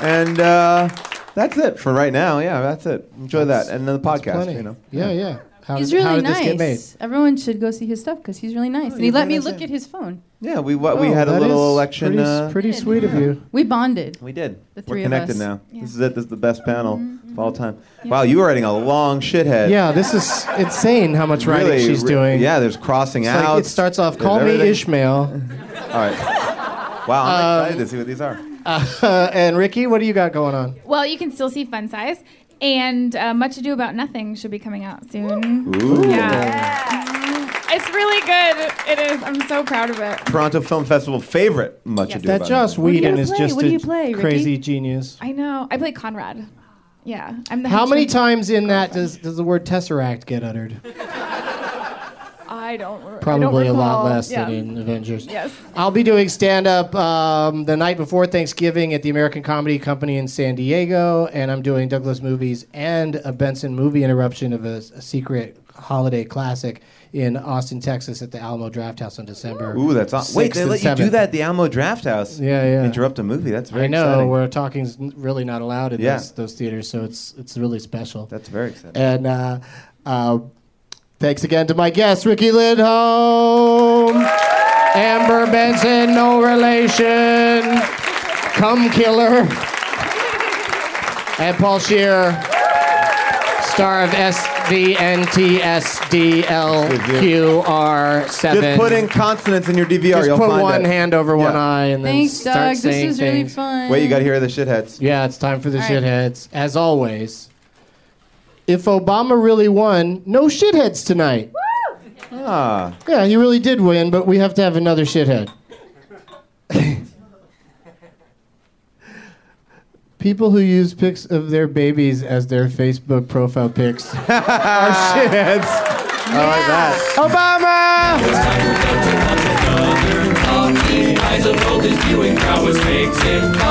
[SPEAKER 4] and uh, that's it for right now. Yeah, that's it. Enjoy that, and then the podcast.
[SPEAKER 2] Plenty.
[SPEAKER 4] You know.
[SPEAKER 2] Yeah, yeah. How
[SPEAKER 3] He's
[SPEAKER 2] did,
[SPEAKER 3] really
[SPEAKER 2] how did
[SPEAKER 3] nice.
[SPEAKER 2] this get made? Oh,
[SPEAKER 3] Everyone should go see his stuff because he's really nice. and he
[SPEAKER 4] you're
[SPEAKER 3] let
[SPEAKER 4] very
[SPEAKER 3] me
[SPEAKER 4] nice
[SPEAKER 3] look
[SPEAKER 4] man.
[SPEAKER 3] at his phone.
[SPEAKER 4] Yeah, we what, we had a
[SPEAKER 2] that
[SPEAKER 4] little
[SPEAKER 2] is
[SPEAKER 4] election.
[SPEAKER 2] Pretty,
[SPEAKER 4] uh,
[SPEAKER 2] pretty sweet of you.
[SPEAKER 3] We bonded.
[SPEAKER 4] We did.
[SPEAKER 3] The three
[SPEAKER 4] We're
[SPEAKER 3] of
[SPEAKER 4] connected
[SPEAKER 3] us. Mm-hmm.
[SPEAKER 4] now. This is it. This is the best panel of all time. Wow, you are writing a long shithead.
[SPEAKER 2] Yeah, this is insane how much writing
[SPEAKER 4] Really,
[SPEAKER 2] she's
[SPEAKER 4] re-
[SPEAKER 2] doing.
[SPEAKER 4] Yeah, there's crossing
[SPEAKER 2] It's
[SPEAKER 4] out.
[SPEAKER 2] like it starts off,
[SPEAKER 4] There's
[SPEAKER 2] call me
[SPEAKER 4] everything."
[SPEAKER 2] Ishmael.
[SPEAKER 4] All right. Wow, I'm excited to see what these are.
[SPEAKER 2] Uh, and Ricky, what do you got going on?
[SPEAKER 5] Well, you can still see Fun Size. And uh, Much Ado About Nothing should be coming out soon.
[SPEAKER 4] Ooh.
[SPEAKER 5] Yeah. It's really good. It is. I'm so proud of it.
[SPEAKER 4] Toronto Film Festival favorite. Much
[SPEAKER 5] Yes.
[SPEAKER 4] ado
[SPEAKER 2] That
[SPEAKER 4] about
[SPEAKER 2] Joss
[SPEAKER 4] Nothing.
[SPEAKER 3] do you
[SPEAKER 2] Whedon is
[SPEAKER 3] play?
[SPEAKER 2] just
[SPEAKER 3] What do
[SPEAKER 2] a
[SPEAKER 3] you play, Ricky?
[SPEAKER 2] crazy genius.
[SPEAKER 5] I know. I play Conrad. Yeah. I'm the
[SPEAKER 2] How many
[SPEAKER 5] henchman.
[SPEAKER 2] times in that does, does the word tesseract get uttered?
[SPEAKER 5] I don't. re- I don't
[SPEAKER 2] Probably a lot
[SPEAKER 5] recall.
[SPEAKER 2] less
[SPEAKER 5] Yeah.
[SPEAKER 2] than in Avengers.
[SPEAKER 5] Yes.
[SPEAKER 2] I'll be doing stand up um, the night before Thanksgiving at the American Comedy Company in San Diego, and I'm doing Douglas Movies and a Benson movie interruption of a, a secret holiday classic in Austin, Texas at the Alamo Draft House on December.
[SPEAKER 4] Ooh, that's awesome. Wait,
[SPEAKER 2] 6th
[SPEAKER 4] they
[SPEAKER 2] and
[SPEAKER 4] let you
[SPEAKER 2] 7th.
[SPEAKER 4] do that at the Alamo Draft House.
[SPEAKER 2] Yeah, yeah.
[SPEAKER 4] Interrupt a movie. That's very
[SPEAKER 2] I know
[SPEAKER 4] exciting.
[SPEAKER 2] where talking's n- really not allowed in
[SPEAKER 4] Yeah.
[SPEAKER 2] those, those theaters, so it's it's really special.
[SPEAKER 4] That's very exciting.
[SPEAKER 2] And uh, uh, thanks again to my guests, Ricky Lindholm, Amber Benson, no relation, Cum Killer, and Paul Shear, star of SVNTSDLQR7.
[SPEAKER 4] Just put in consonants in your DVR.
[SPEAKER 2] Just
[SPEAKER 4] you'll
[SPEAKER 2] put
[SPEAKER 4] find
[SPEAKER 2] one
[SPEAKER 4] it.
[SPEAKER 2] hand over one
[SPEAKER 4] Yeah.
[SPEAKER 2] eye and then
[SPEAKER 3] Thanks,
[SPEAKER 2] start
[SPEAKER 3] Doug. This
[SPEAKER 2] saying
[SPEAKER 3] is really
[SPEAKER 2] things.
[SPEAKER 3] fun.
[SPEAKER 4] Wait, you got to hear the shitheads.
[SPEAKER 2] Yeah, it's time for the
[SPEAKER 3] All right.
[SPEAKER 2] shitheads. As always, if Obama really won, no shitheads tonight.
[SPEAKER 4] Ah,
[SPEAKER 2] Yeah, he really did win, but we have to have another shithead. People who use pics of their babies as their Facebook profile pics are shitheads.
[SPEAKER 4] I like that.
[SPEAKER 2] Obama!
[SPEAKER 1] Eyes of all this viewing prowess makes it